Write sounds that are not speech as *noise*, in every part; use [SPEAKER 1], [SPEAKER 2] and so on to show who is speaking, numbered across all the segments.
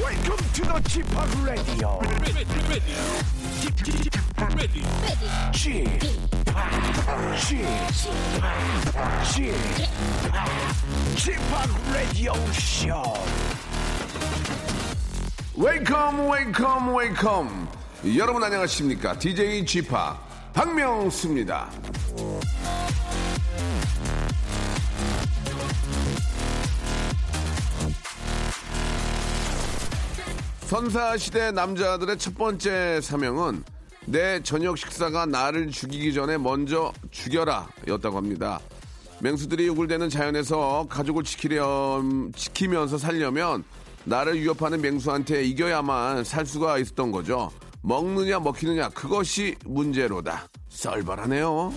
[SPEAKER 1] Welcome to the g p o p Radio.
[SPEAKER 2] ready, ready, ready,
[SPEAKER 1] g p o p G p o p Radio Show.
[SPEAKER 3] 웨이컴 웨이컴 웨이컴 여러분 안녕하십니까 DJ g 파 박명수입니다 선사시대 남자들의 첫 번째 사명은 내 저녁 식사가 나를 죽이기 전에 먼저 죽여라 였다고 합니다. 맹수들이 우글대는 자연에서 가족을 지키렴, 지키면서 살려면 나를 위협하는 맹수한테 이겨야만 살 수가 있었던 거죠. 먹느냐 먹히느냐 그것이 문제로다. 썰발하네요.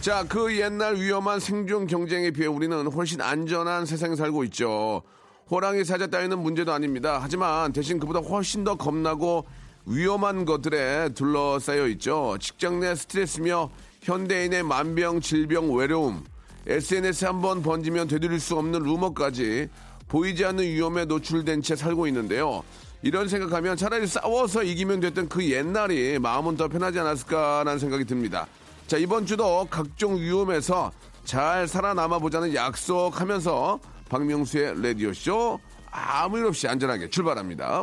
[SPEAKER 3] 자, 그 옛날 위험한 생존 경쟁에 비해 우리는 훨씬 안전한 세상에 살고 있죠. 호랑이 사자 따위는 문제도 아닙니다. 하지만 대신 그보다 훨씬 더 겁나고 위험한 것들에 둘러싸여 있죠. 직장 내 스트레스며 현대인의 만병, 질병, 외로움, SNS 한 번 번지면 되돌릴 수 없는 루머까지 보이지 않는 위험에 노출된 채 살고 있는데요. 이런 생각하면 차라리 싸워서 이기면 됐던 그 옛날이 마음은 더 편하지 않았을까라는 생각이 듭니다. 자, 이번 주도 각종 위험에서 잘 살아남아 보자는 약속하면서 박명수의 라디오쇼 아무 일 없이 안전하게 출발합니다.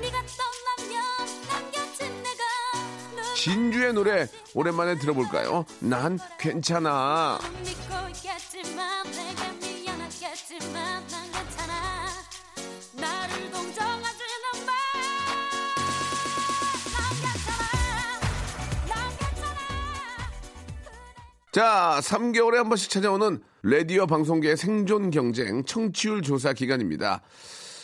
[SPEAKER 4] 네가 떠나면 남겨진 내가 눈
[SPEAKER 3] 진주의 노래 오랜만에 들어볼까요? 난 괜찮아.
[SPEAKER 4] 못 믿고 있겠지만 내가 미안하겠지만 난 괜찮아 나를 동정하지는 마난 괜찮아 난 괜찮아
[SPEAKER 3] 자, 3개월에 한 번씩 찾아오는 라디오 방송계의 생존 경쟁 청취율 조사 기간입니다.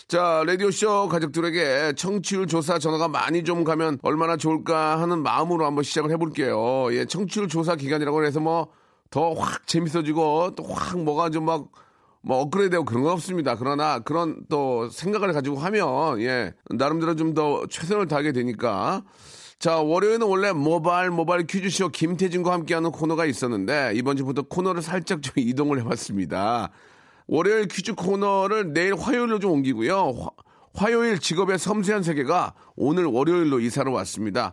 [SPEAKER 3] 자, 라디오쇼 가족들에게 청취율 조사 전화가 많이 좀 가면 얼마나 좋을까 하는 마음으로 한번 시작을 해볼게요. 예, 청취율 조사 기간이라고 해서 뭐 더 확 재밌어지고 또 확 뭐가 좀 막 뭐 업그레이드되고 그런 건 없습니다. 그러나 그런 또 생각을 가지고 하면 예 나름대로 좀 더 최선을 다하게 되니까 자, 월요일은 원래 모발 모발 퀴즈쇼 김태진과 함께하는 코너가 있었는데 이번 주부터 코너를 살짝 좀 *laughs* 이동을 해봤습니다. 월요일 퀴즈 코너를 내일 화요일로 좀 옮기고요. 화, 요일 직업의 섬세한 세계가 오늘 월요일로 이사를 왔습니다.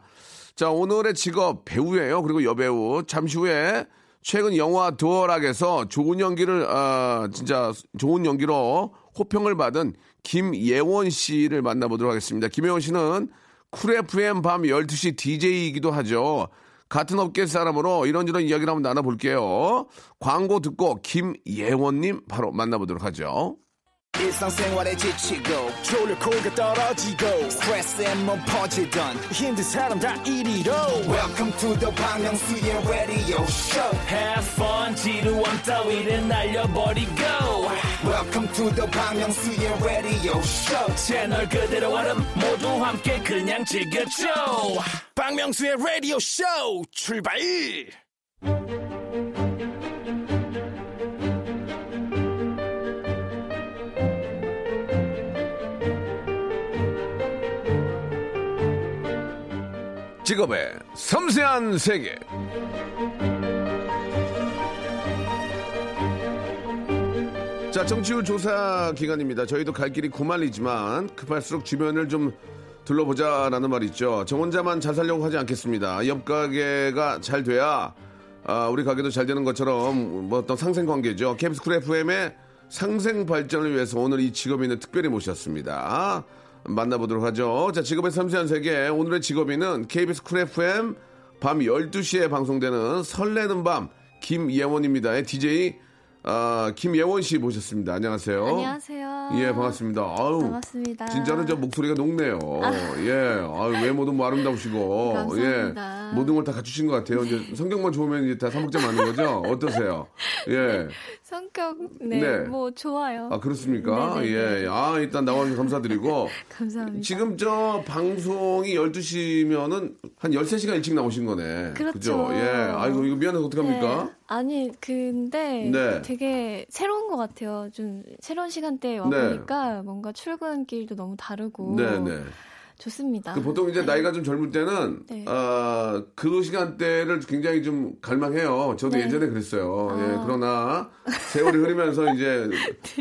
[SPEAKER 3] 자, 오늘의 직업 배우예요. 그리고 여배우. 잠시 후에 최근 영화 도어락에서 좋은 연기를 아, 진짜 좋은 연기로 호평을 받은 김예원 씨를 만나보도록 하겠습니다. 김예원 씨는 쿨 FM 밤 12시 DJ이기도 하죠. 같은 업계 사람으로 이런저런 이야기를 한번 나눠볼게요. 광고 듣고 김예원님 바로 만나보도록 하죠.
[SPEAKER 5] 일상생활에 지치고, 졸려 코가 떨어지고, 스트레스에 몸 퍼지던, 힘든 사람 다 이리로. welcome to the Bang Myung-soo's radio show
[SPEAKER 2] Have fun 지루한 따위를 날려버리고
[SPEAKER 5] welcome to the Bang Myung-soo's radio show
[SPEAKER 2] 채널 그대로 얼음 모두 함께 그냥 즐겨줘 박명수의 라디오 쇼 출발
[SPEAKER 3] 직업의 섬세한 세계. 자, 정치율 조사 기간입니다. 저희도 갈 길이 구만리지만 급할수록 주변을 좀 둘러보자라는 말이 있죠. 저 혼자만 잘 살려고 하지 않겠습니다. 옆 가게가 잘 돼야 아, 우리 가게도 잘 되는 것처럼 뭐 어떤 상생 관계죠. 캡스 쿨 FM의 상생 발전을 위해서 오늘 이 직업인을 특별히 모셨습니다. 만나보도록 하죠. 자, 직업의 섬세한 세계. 오늘의 직업인은 KBS 쿨 FM 밤 12시에 방송되는 설레는 밤 김예원입니다의 DJ 아, 김예원 씨 모셨습니다. 안녕하세요.
[SPEAKER 6] 안녕하세요.
[SPEAKER 3] 어? 예, 반갑습니다. 아유.
[SPEAKER 6] 반갑습니다. 아.
[SPEAKER 3] 진짜로 저 목소리가 녹네요. 예. 아유, 외모도 뭐 아름다우시고.
[SPEAKER 6] 감사합니다.
[SPEAKER 3] 예. 모든 걸 다 갖추신 것 같아요. 이제 성격만 좋으면 이제 다 사먹자 마는 거죠? 어떠세요?
[SPEAKER 6] 네.
[SPEAKER 3] 예.
[SPEAKER 6] 성격 네,
[SPEAKER 3] 네.
[SPEAKER 6] 뭐 좋아요.
[SPEAKER 3] 아, 그렇습니까?
[SPEAKER 6] 네네네.
[SPEAKER 3] 예. 아, 일단 나와주셔서 감사드리고.
[SPEAKER 6] 감사합니다.
[SPEAKER 3] 지금 저 방송이 12시면은 한 13시간 일찍 나오신 거네.
[SPEAKER 6] 그렇죠.
[SPEAKER 3] 그죠? 예. 아이고, 이거 미안해서 어떡합니까?
[SPEAKER 6] 네. 아니 근데
[SPEAKER 3] 네.
[SPEAKER 6] 되게 새로운 것 같아요. 좀 새로운 시간대에 와 보니까 뭔가 출근길도 너무 다르고
[SPEAKER 3] 네, 네.
[SPEAKER 6] 좋습니다.
[SPEAKER 3] 그 보통 이제 나이가 좀 젊을 때는
[SPEAKER 6] 아. 네.
[SPEAKER 3] 아, 그 시간대를 굉장히 좀 갈망해요. 저도
[SPEAKER 6] 네.
[SPEAKER 3] 예전에 그랬어요. 예,
[SPEAKER 6] 아.
[SPEAKER 3] 그러나 세월이 흐르면서
[SPEAKER 6] *laughs*
[SPEAKER 3] 이제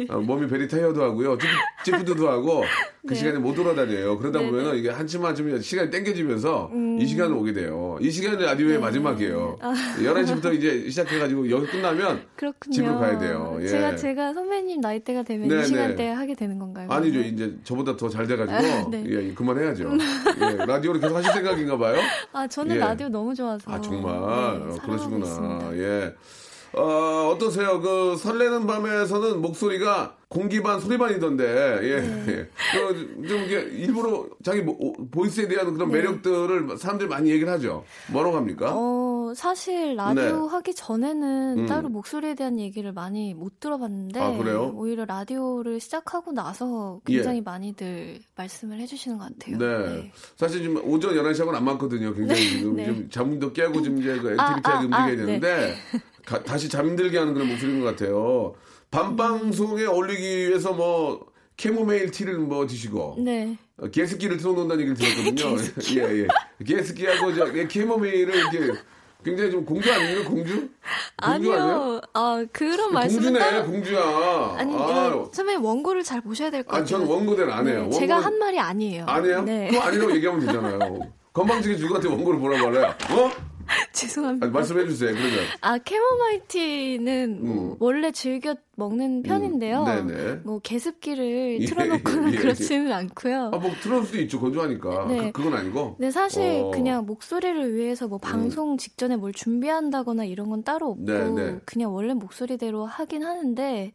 [SPEAKER 3] 아, 몸이 베리타이어도 하고요. 찌푸드도 하고 그
[SPEAKER 6] 네.
[SPEAKER 3] 시간에 못 돌아다녀요. 그러다
[SPEAKER 6] 네, 음.
[SPEAKER 3] 보면은 이게 한참 한참 시간이 땡겨지면서 이 시간 오게 돼요. 이 시간이 라디오의
[SPEAKER 6] 네.
[SPEAKER 3] 마지막이에요. 11시부터 이제 시작해가지고 여기 끝나면
[SPEAKER 6] 아. 그렇군요.
[SPEAKER 3] 집으로 가야 돼요. 예.
[SPEAKER 6] 제가 제가 선배님 나이대가 되면
[SPEAKER 3] 네,
[SPEAKER 6] 이 시간대
[SPEAKER 3] 네.
[SPEAKER 6] 에 하게 되는 건가요?
[SPEAKER 3] 아니죠.
[SPEAKER 6] 그러면?
[SPEAKER 3] 이제 저보다 더 잘 돼가지고
[SPEAKER 6] 아, 네.
[SPEAKER 3] 예, 그만해야죠. 예, 라디오를 계속 하실 생각인가 봐요.
[SPEAKER 6] 아 저는
[SPEAKER 3] 예.
[SPEAKER 6] 라디오 너무 좋아서.
[SPEAKER 3] 아 정말
[SPEAKER 6] 네,
[SPEAKER 3] 어,
[SPEAKER 6] 사랑하고 있습니다.
[SPEAKER 3] 그러시구나. 예. 어, 어떠세요? 그 설레는 밤에서는 목소리가 공기 반 소리 반이던데 예.
[SPEAKER 6] 네.
[SPEAKER 3] 예. 그, 좀 이게 일부러 자기 모- 오- 보이스에 대한 그런 매력들을 사람들이 많이 얘기를 하죠. 뭐라고 합니까?
[SPEAKER 6] 네. 어, 사실 라디오
[SPEAKER 3] 네.
[SPEAKER 6] 하기 전에는
[SPEAKER 3] 음.
[SPEAKER 6] 따로 목소리에 대한 얘기를 많이 못 들어봤는데
[SPEAKER 3] 아, 그래요?
[SPEAKER 6] 오히려 라디오를 시작하고 나서
[SPEAKER 3] 예.
[SPEAKER 6] 굉장히 많이들 말씀을 해주시는 것 같아요.
[SPEAKER 3] 네. 사실 지금 오전 11시하고는 안 맞거든요. 굉장히 지금
[SPEAKER 6] 네.
[SPEAKER 3] 좀 잠도 깨고 지금 이제 그
[SPEAKER 6] 아,
[SPEAKER 3] 액티비티하게
[SPEAKER 6] 아,
[SPEAKER 3] 움직여야
[SPEAKER 6] 아, 네.
[SPEAKER 3] 되는데 가- 다시 잠들게 하는 그런 목소리인 것 같아요. 밤방송에
[SPEAKER 6] 음.
[SPEAKER 3] 올리기 위해서 뭐 캐모메일 티를 뭐 드시고
[SPEAKER 6] 네.
[SPEAKER 3] 어, 개스키를 틀어놓는다는 얘기를
[SPEAKER 6] *laughs*
[SPEAKER 3] 들었거든요. 예, 예. 개스키하고 저 예, 캐모메일을 이렇게 굉장히 좀 공주 아니에요? 공주? 공주 아니에요?
[SPEAKER 6] 아니요. 아, 그런 말씀은
[SPEAKER 3] 공주네,
[SPEAKER 6] 따로
[SPEAKER 3] 공주야.
[SPEAKER 6] 아니,
[SPEAKER 3] 아,
[SPEAKER 6] 이거 선배님 원고를 잘 보셔야 될 것
[SPEAKER 3] 아니,
[SPEAKER 6] 같아요.
[SPEAKER 3] 저는 원고대는 안 해요.
[SPEAKER 6] 네, 제가
[SPEAKER 3] 원고는-
[SPEAKER 6] 한 말이 아니에요.
[SPEAKER 3] 아니에요?
[SPEAKER 6] 네.
[SPEAKER 3] 그거 아니라고 얘기하면 되잖아요. 건방지게 누구한테 원고를 보라고 말해요. 어?
[SPEAKER 6] *laughs* 죄송합니다.
[SPEAKER 3] 아니, 말씀해 주세요. 그러면.
[SPEAKER 6] 아, 캐모마이티는 뭐
[SPEAKER 3] 음.
[SPEAKER 6] 원래 즐겨 먹는 편인데요.
[SPEAKER 3] 네네.
[SPEAKER 6] 뭐 개습기를
[SPEAKER 3] 예,
[SPEAKER 6] 틀어놓거나
[SPEAKER 3] 예, 예.
[SPEAKER 6] 그렇지는 않고요.
[SPEAKER 3] 아, 뭐, 틀어놓을 수도 있죠. 건조하니까.
[SPEAKER 6] 네.
[SPEAKER 3] 그, 건 아니고.
[SPEAKER 6] 네, 사실
[SPEAKER 3] 어. 음.
[SPEAKER 6] 그냥 목소리를 위해서 뭐 방송 직전에 뭘 준비한다거나 이런 건 따로 없고
[SPEAKER 3] 네, 네.
[SPEAKER 6] 그냥 원래 목소리대로 하긴 하는데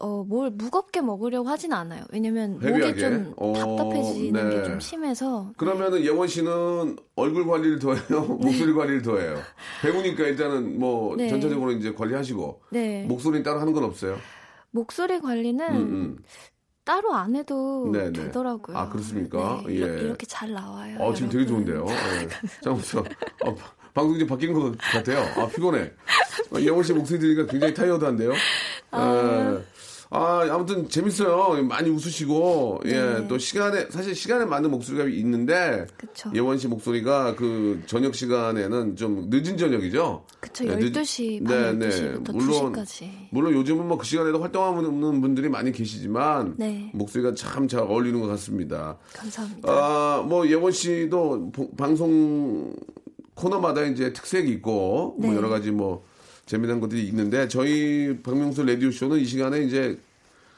[SPEAKER 6] 어, 뭘 무겁게 먹으려고 하진 않아요. 왜냐면
[SPEAKER 3] 헤비하게?
[SPEAKER 6] 목이 좀
[SPEAKER 3] 어,
[SPEAKER 6] 답답해지는
[SPEAKER 3] 네.
[SPEAKER 6] 게 좀 심해서
[SPEAKER 3] 그러면은 예원 씨는 얼굴 관리를
[SPEAKER 6] *laughs*
[SPEAKER 3] 더 해요? 목소리 관리를 더 해요? 배우니까 일단은 뭐,
[SPEAKER 6] 네.
[SPEAKER 3] 전체적으로 이제 관리하시고.
[SPEAKER 6] 네.
[SPEAKER 3] 목소리는 따로 하는 건 없어요?
[SPEAKER 6] 목소리 관리는
[SPEAKER 3] 음, 음.
[SPEAKER 6] 따로 안 해도
[SPEAKER 3] 네, 네.
[SPEAKER 6] 되더라고요.
[SPEAKER 3] 아, 그렇습니까?
[SPEAKER 6] 네, 이렇-
[SPEAKER 3] 예.
[SPEAKER 6] 이렇게 잘 나와요.
[SPEAKER 3] 어, 지금 되게
[SPEAKER 6] 여러분.
[SPEAKER 3] 좋은데요. 예. 잠깐만요. 어, 바- 방송이 좀 바뀐 것 같아요. 아, 피곤해. 어, 예원 씨 목소리 들으니까 굉장히 타이어드한데요. 아... 아, 아무튼 재밌어요. 많이 웃으시고, 예, 또 시간에, 사실 시간에 맞는 목소리가 있는데,
[SPEAKER 6] 네. 그쵸.
[SPEAKER 3] 예원 씨 목소리가 그 저녁 시간에는 좀 늦은 저녁이죠?
[SPEAKER 6] 그쵸,
[SPEAKER 3] 예, 늦-
[SPEAKER 6] 12시, 밤 12시부터 2시까지.
[SPEAKER 3] 물론 요즘은 뭐 그 시간에도 활동하는 분들이 많이 계시지만,
[SPEAKER 6] 네.
[SPEAKER 3] 목소리가 참 잘 어울리는 것 같습니다.
[SPEAKER 6] 감사합니다.
[SPEAKER 3] 아, 뭐 예원 씨도 보- 방송 코너마다 이제 특색이 있고 뭐
[SPEAKER 6] 네.
[SPEAKER 3] 여러 가지 뭐 재미난 것들이 있는데 저희 박명수 라디오 쇼는 이 시간에 이제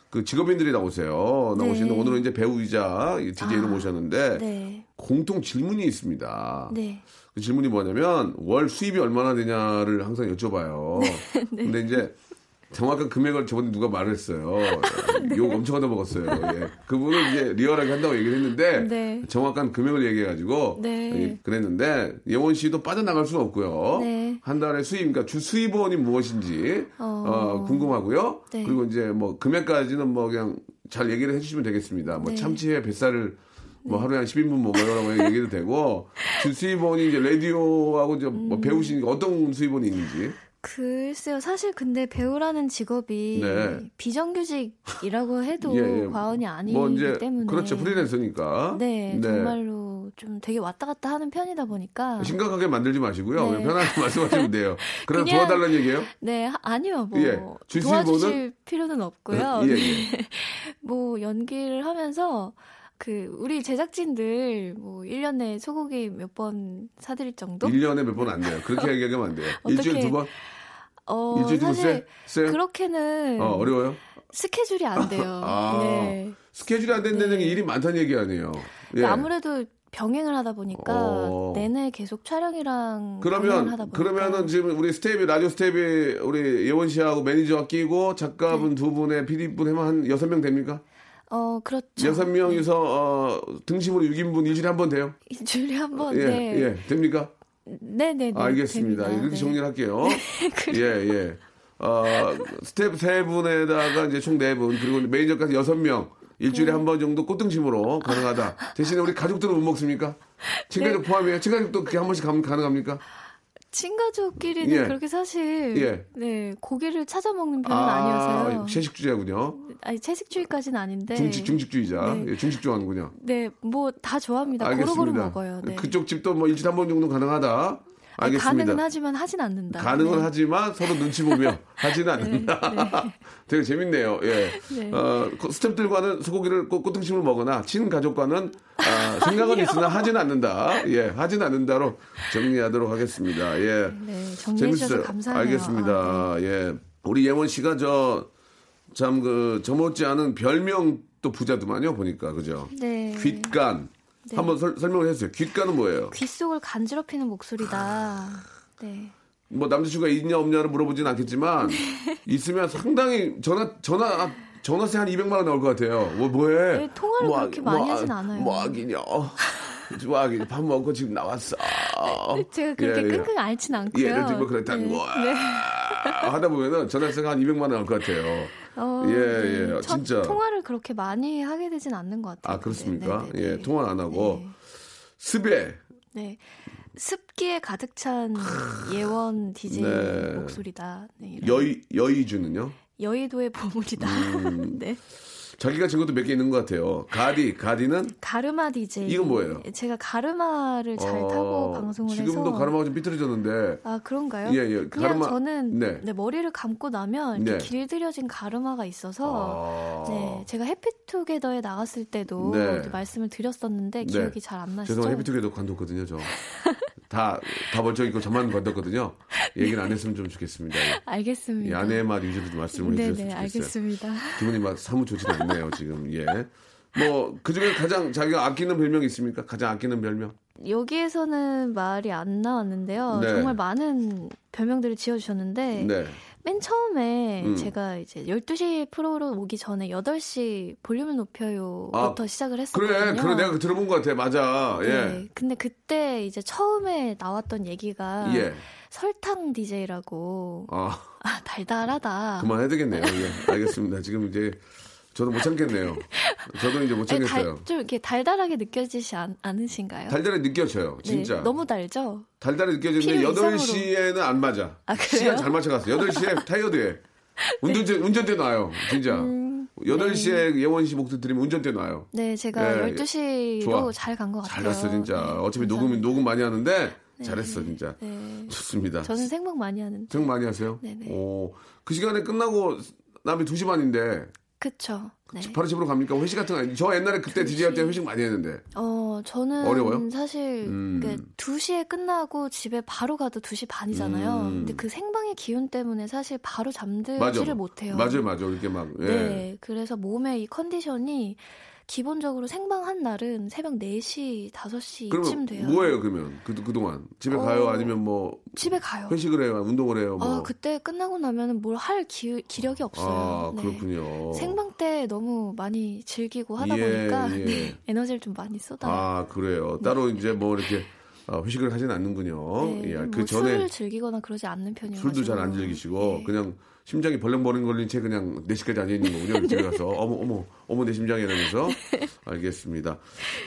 [SPEAKER 3] 그 직업인들이 나오세요. 나오시는데
[SPEAKER 6] 네.
[SPEAKER 3] 오늘은 이제 배우이자 DJ로
[SPEAKER 6] 아,
[SPEAKER 3] 모셨는데
[SPEAKER 6] 네.
[SPEAKER 3] 공통 질문이 있습니다.
[SPEAKER 6] 네.
[SPEAKER 3] 그 질문이 뭐냐면 월 수입이 얼마나 되냐를 항상
[SPEAKER 6] *laughs*
[SPEAKER 3] 여쭤봐요.
[SPEAKER 6] 네,
[SPEAKER 3] 근데 이제 정확한 금액을 저번에 누가
[SPEAKER 6] *laughs*
[SPEAKER 3] 말했어요. 욕 엄청 하다 먹었어요. 예. 그분은 이제 리얼하게 한다고 얘기를 했는데
[SPEAKER 6] 네.
[SPEAKER 3] 정확한 금액을 얘기해가지고
[SPEAKER 6] 네.
[SPEAKER 3] 예, 그랬는데 예원 씨도 빠져나갈 수는 없고요.
[SPEAKER 6] 네.
[SPEAKER 3] 한 달의 수입, 그러니까 주 수입원이 무엇인지
[SPEAKER 6] 어.
[SPEAKER 3] 어, 궁금하고요.
[SPEAKER 6] 네.
[SPEAKER 3] 그리고 이제 뭐 금액까지는 뭐 그냥 잘 얘기를 해주시면 되겠습니다. 뭐
[SPEAKER 6] 네.
[SPEAKER 3] 참치회 뱃살을 뭐 하루에 한 10인분 먹어요라고 뭐 얘기도 되고 주 수입원이 이제 라디오하고 이제 뭐
[SPEAKER 6] 음.
[SPEAKER 3] 배우시니까 어떤 수입원이 있는지
[SPEAKER 6] 글쎄요, 사실 근데 배우라는 직업이
[SPEAKER 3] 네.
[SPEAKER 6] 비정규직이라고 해도
[SPEAKER 3] *laughs* 예, 예.
[SPEAKER 6] 과언이 아니기
[SPEAKER 3] 뭐 이제
[SPEAKER 6] 때문에.
[SPEAKER 3] 그렇죠 프리랜서니까
[SPEAKER 6] 네, 정말로 좀 되게 왔다 갔다 하는 편이다 보니까.
[SPEAKER 3] 심각하게 만들지 마시고요
[SPEAKER 6] 네.
[SPEAKER 3] 그냥 편하게 *laughs* 말씀하시면 돼요 그럼
[SPEAKER 6] 그냥-
[SPEAKER 3] 도와달라는 얘기예요
[SPEAKER 6] 네, 하- 아니요, 뭐.
[SPEAKER 3] 예, 주실
[SPEAKER 6] 도와주실
[SPEAKER 3] 분은?
[SPEAKER 6] 필요는 없고요.
[SPEAKER 3] 예,
[SPEAKER 6] *laughs*
[SPEAKER 3] 예.
[SPEAKER 6] 뭐 연기를 하면서 그 우리 제작진들 뭐 1년에 소고기 몇 번 사드릴 정도?
[SPEAKER 3] 1년에 몇 번 안 돼요 그렇게 얘기하면 안 돼요
[SPEAKER 6] 어떻게-
[SPEAKER 3] 일주일 두번
[SPEAKER 6] 어,
[SPEAKER 3] 일주일 두번
[SPEAKER 6] 사실
[SPEAKER 3] 쎄?
[SPEAKER 6] 그렇게는
[SPEAKER 3] 어, 어려워요
[SPEAKER 6] 스케줄이 안 돼요.
[SPEAKER 3] *laughs* 아.
[SPEAKER 6] 네.
[SPEAKER 3] 스케줄이 안 된다는 게 일이 많다는 얘기 아니에요 예.
[SPEAKER 6] 그러니까 아무래도 병행을 하다 보니까
[SPEAKER 3] 어.
[SPEAKER 6] 내내 계속 촬영이랑
[SPEAKER 3] 그러면
[SPEAKER 6] 병행을 하다 어, 보니까
[SPEAKER 3] 그러면은 지금 우리 스텝이 라디오 스텝이 우리 예원 씨하고 매니저가 끼고
[SPEAKER 6] 네.
[SPEAKER 3] 작가분 두 분에 PD분 해면 한 여섯 명 됩니까?
[SPEAKER 6] 어 그렇죠.
[SPEAKER 3] 여섯 명이서 어, 등심으로 6인분 일주일에 한 번 돼요?
[SPEAKER 6] *laughs* 일주일에 한번
[SPEAKER 3] 예,
[SPEAKER 6] 네.
[SPEAKER 3] 예, 됩니까?
[SPEAKER 6] 네, 네, 네.
[SPEAKER 3] 알겠습니다.
[SPEAKER 6] 됩니다.
[SPEAKER 3] 이렇게
[SPEAKER 6] 네.
[SPEAKER 3] 정리를
[SPEAKER 6] *laughs*
[SPEAKER 3] 할게요. 예, 예. 어, 스텝 세 분에다가 이제 총 네 분, 그리고 매니저까지 여섯 명.
[SPEAKER 6] 네.
[SPEAKER 3] 일주일에 한 번 정도 꽃등심으로
[SPEAKER 6] 네.
[SPEAKER 3] 가능하다. 대신에 우리 가족들은 못 먹습니까? 친가족 포함이에요. 친가족도 그렇게 한 번씩 가면 가능합니까?
[SPEAKER 6] 친가족끼리는
[SPEAKER 3] 예.
[SPEAKER 6] 그렇게 사실
[SPEAKER 3] 예.
[SPEAKER 6] 네 고기를 찾아 먹는 편은 아, 니어서요
[SPEAKER 3] 채식주의군요.
[SPEAKER 6] 아니 채식주의까지는 아닌데.
[SPEAKER 3] 중식 중식주의자.
[SPEAKER 6] 네.
[SPEAKER 3] 예, 중식 좋아하는군요.
[SPEAKER 6] 네, 뭐 다 좋아합니다. 고루고루
[SPEAKER 3] 알겠습니다.
[SPEAKER 6] 먹어요. 네.
[SPEAKER 3] 그쪽 집도 뭐 일주일에 한 번 정도 가능하다.
[SPEAKER 6] 아니,
[SPEAKER 3] 알겠습니다.
[SPEAKER 6] 가능은 하지만 하진 않는다.
[SPEAKER 3] 가능은
[SPEAKER 6] 네.
[SPEAKER 3] 하지만 서로 눈치
[SPEAKER 6] *laughs*
[SPEAKER 3] 보며 하지는 않는다. *laughs*
[SPEAKER 6] 네.
[SPEAKER 3] 되게 재밌네요. 예.
[SPEAKER 6] 네.
[SPEAKER 3] 어, 그 스탭들과는 소고기를 꼬- 꼬등심을 먹거나 친가족과는 아, 생각은 있으나 하지는 않는다. 예, 하지는 않는다로 정리하도록 하겠습니다. 예.
[SPEAKER 6] 네, 정리해 주셔서
[SPEAKER 3] 재밌어요.
[SPEAKER 6] 감사해요. 아, 네.
[SPEAKER 3] 알겠습니다. 예. 우리 예원 씨가 저 참 그 저못지 않은 별명 또 부자더만요 보니까 그죠?
[SPEAKER 6] 네.
[SPEAKER 3] 귓간
[SPEAKER 6] 네.
[SPEAKER 3] 한번 설, 명을 해주세요. 귓간은 뭐예요?
[SPEAKER 6] 귀 속을 간지럽히는 목소리다. 네.
[SPEAKER 3] 뭐 남자친구가 있냐 없냐를 물어보진
[SPEAKER 6] *laughs*
[SPEAKER 3] 않겠지만 있으면 상당히 전화 전화 전화세 한 200만 원 나올 것 같아요. 뭐 뭐해?
[SPEAKER 6] 네, 통화를
[SPEAKER 3] 뭐
[SPEAKER 6] 그렇게
[SPEAKER 3] 하-
[SPEAKER 6] 많이
[SPEAKER 3] 뭐 하-
[SPEAKER 6] 하진 않아요.
[SPEAKER 3] 뭐
[SPEAKER 6] *laughs*
[SPEAKER 3] 하기냐? 뭐 하기? 밥 먹고 지금 나왔어.
[SPEAKER 6] 네, 제가 그렇게
[SPEAKER 3] 예, 예.
[SPEAKER 6] 끙끙 앓진 않고요.
[SPEAKER 3] 예를 들면 그랬다는
[SPEAKER 6] 네.
[SPEAKER 3] 거야.
[SPEAKER 6] 네.
[SPEAKER 3] *laughs* 하다 보면은 전화세가 한 200만 원 나올 것 같아요.
[SPEAKER 6] 어,
[SPEAKER 3] 예,
[SPEAKER 6] 네.
[SPEAKER 3] 예,
[SPEAKER 6] 첫
[SPEAKER 3] 진짜.
[SPEAKER 6] 통화를 그렇게 많이 하게 되진 않는 것 같아요.
[SPEAKER 3] 아 그렇습니까?
[SPEAKER 6] 네, 네, 네.
[SPEAKER 3] 예, 통화 안 하고
[SPEAKER 6] 네.
[SPEAKER 3] 습에
[SPEAKER 6] 네. 습기에 가득 찬 예원 DJ
[SPEAKER 3] 네.
[SPEAKER 6] 목소리다. 네, 이런.
[SPEAKER 3] 여의 여의주는요.
[SPEAKER 6] 여의도의 보물이다.
[SPEAKER 3] 음.
[SPEAKER 6] *laughs* 네.
[SPEAKER 3] 자기가 진 것도 몇 개 있는 것 같아요. 가디 가디는
[SPEAKER 6] 가르마 DJ.
[SPEAKER 3] 이건 뭐예요?
[SPEAKER 6] 제가 가르마를 잘
[SPEAKER 3] 어,
[SPEAKER 6] 타고 방송을 해서
[SPEAKER 3] 지금도 가르마가 좀 삐뚤어졌는데
[SPEAKER 6] 아 그런가요?
[SPEAKER 3] 예, 예.
[SPEAKER 6] 그냥
[SPEAKER 3] 가르마-
[SPEAKER 6] 저는
[SPEAKER 3] 네.
[SPEAKER 6] 네. 머리를 감고 나면
[SPEAKER 3] 네.
[SPEAKER 6] 이렇게 길들여진 가르마가 있어서
[SPEAKER 3] 아.
[SPEAKER 6] 네 제가 해피투게더에 나갔을 때도
[SPEAKER 3] 네.
[SPEAKER 6] 이렇게 말씀을
[SPEAKER 3] 네.
[SPEAKER 6] 드렸었는데 기억이 잘 안 나시죠?
[SPEAKER 3] 죄송한 해피투게더 관뒀거든요
[SPEAKER 6] *laughs*
[SPEAKER 3] 저. 다, 다 번쩍 있고 저만 관뒀거든요. 얘기는 안 했으면 좀 좋겠습니다. 예. 이
[SPEAKER 6] 알겠습니다.
[SPEAKER 3] 아내의 말 위주로 좀 말씀을
[SPEAKER 6] 네네
[SPEAKER 3] 해주셨으면 좋겠어요.
[SPEAKER 6] 알겠습니다.
[SPEAKER 3] 기분이 막 사무 좋지 도 않네요 지금. 예. 뭐 그중에 가장 자기가 아끼는 별명이 있습니까? 가장 아끼는 별명?
[SPEAKER 6] 여기에서는 말이 안 나왔는데요.
[SPEAKER 3] 네.
[SPEAKER 6] 정말 많은 별명들을 지어주셨는데
[SPEAKER 3] 네.
[SPEAKER 6] 맨 처음에
[SPEAKER 3] 음.
[SPEAKER 6] 제가 이제 12시 프로로 오기 전에 8시 볼륨을 높여요부터
[SPEAKER 3] 아,
[SPEAKER 6] 시작을 했었거든요.
[SPEAKER 3] 그래, 그래 내가 들어본 것 같아. 맞아. 예.
[SPEAKER 6] 네. 근데 그때 이제 처음에 나왔던 얘기가
[SPEAKER 3] 예. 예.
[SPEAKER 6] 설탕 DJ라고
[SPEAKER 3] 아.
[SPEAKER 6] 아, 달달하다.
[SPEAKER 3] 그만해야 되겠네요. 예, 알겠습니다. 지금 이제 저도 못 참겠네요. 저도 이제 못
[SPEAKER 6] 아니,
[SPEAKER 3] 참겠어요.
[SPEAKER 6] 네, 달- 좀 이렇게 달달하게 느껴지지 않, 않으신가요?
[SPEAKER 3] 달달해 느껴져요, 진짜.
[SPEAKER 6] 네, 너무 달죠?
[SPEAKER 3] 달달해 느껴지는데
[SPEAKER 6] 필요
[SPEAKER 3] 8시에는 안 맞아.
[SPEAKER 6] 아, 그래요?
[SPEAKER 3] 시간 잘 맞춰갔어.
[SPEAKER 6] *laughs*
[SPEAKER 3] 8시에 타이어드해. 운전대, 운전대 놔요, 진짜.
[SPEAKER 6] 음,
[SPEAKER 3] 8시에 예원 씨 목소리 들으면 운전대 놔요.
[SPEAKER 6] 네,
[SPEAKER 3] 예,
[SPEAKER 6] 제가
[SPEAKER 3] 예.
[SPEAKER 6] 12시로
[SPEAKER 3] 좋아.
[SPEAKER 6] 잘 간 것 같아요.
[SPEAKER 3] 잘 갔어, 진짜.
[SPEAKER 6] 네,
[SPEAKER 3] 어차피
[SPEAKER 6] 감사합니다.
[SPEAKER 3] 녹음, 녹음 많이 하는데 잘했어, 진짜.
[SPEAKER 6] 네.
[SPEAKER 3] 좋습니다.
[SPEAKER 6] 저는 생방 많이 하는.
[SPEAKER 3] 생 많이 하세요?
[SPEAKER 6] 네네.
[SPEAKER 3] 오, 그 시간에 끝나고 남이 2시 반인데
[SPEAKER 6] 그쵸. 네.
[SPEAKER 3] 바로 집으로 갑니까? 회식 같은 거. 아니- 저 옛날에 그때 DJ 할 때 회식 많이 했는데.
[SPEAKER 6] 어, 저는
[SPEAKER 3] 어려워요?
[SPEAKER 6] 사실
[SPEAKER 3] 음.
[SPEAKER 6] 그 2시에 끝나고 집에 바로 가도 2시 반이잖아요.
[SPEAKER 3] 음.
[SPEAKER 6] 근데 그 생방의 기운 때문에 사실 바로
[SPEAKER 3] 맞아.
[SPEAKER 6] 네, 잠들지를 못해요.
[SPEAKER 3] 맞아요, 맞아요. 이렇게 막. 예.
[SPEAKER 6] 네. 그래서 몸의 이 컨디션이 기본적으로 생방 한 날은 새벽 4시, 5시쯤
[SPEAKER 3] 그러면
[SPEAKER 6] 돼요.
[SPEAKER 3] 뭐예요, 그러면? 그, 그동안. 집에 가요?
[SPEAKER 6] 어,
[SPEAKER 3] 아니면 뭐,
[SPEAKER 6] 집에 가요.
[SPEAKER 3] 회식을 해요? 운동을 해요? 뭐.
[SPEAKER 6] 아, 그때 끝나고 나면 뭘 할 기력이
[SPEAKER 3] 아,
[SPEAKER 6] 없어요. 네.
[SPEAKER 3] 그렇군요.
[SPEAKER 6] 생방 때 너무 많이 즐기고 하다
[SPEAKER 3] 예,
[SPEAKER 6] 보니까
[SPEAKER 3] 예.
[SPEAKER 6] 네, 에너지를 좀 많이 쏟아요.
[SPEAKER 3] 아, 그래요. 따로 이제 뭐 이렇게 아, 회식을 하진 않는군요.
[SPEAKER 6] 네,
[SPEAKER 3] 예,
[SPEAKER 6] 뭐
[SPEAKER 3] 그 전에
[SPEAKER 6] 술을 즐기거나 그러지 않는 편이어서
[SPEAKER 3] 술도 잘 안 즐기시고,
[SPEAKER 6] 네.
[SPEAKER 3] 그냥 심장이 벌렁벌렁 걸린 채 그냥 4시까지 앉아있는 거군요. 집에
[SPEAKER 6] *laughs*
[SPEAKER 3] 가서.
[SPEAKER 6] 네.
[SPEAKER 3] 어머, 어머, 어머, 내 심장이 이러면서. 알겠습니다.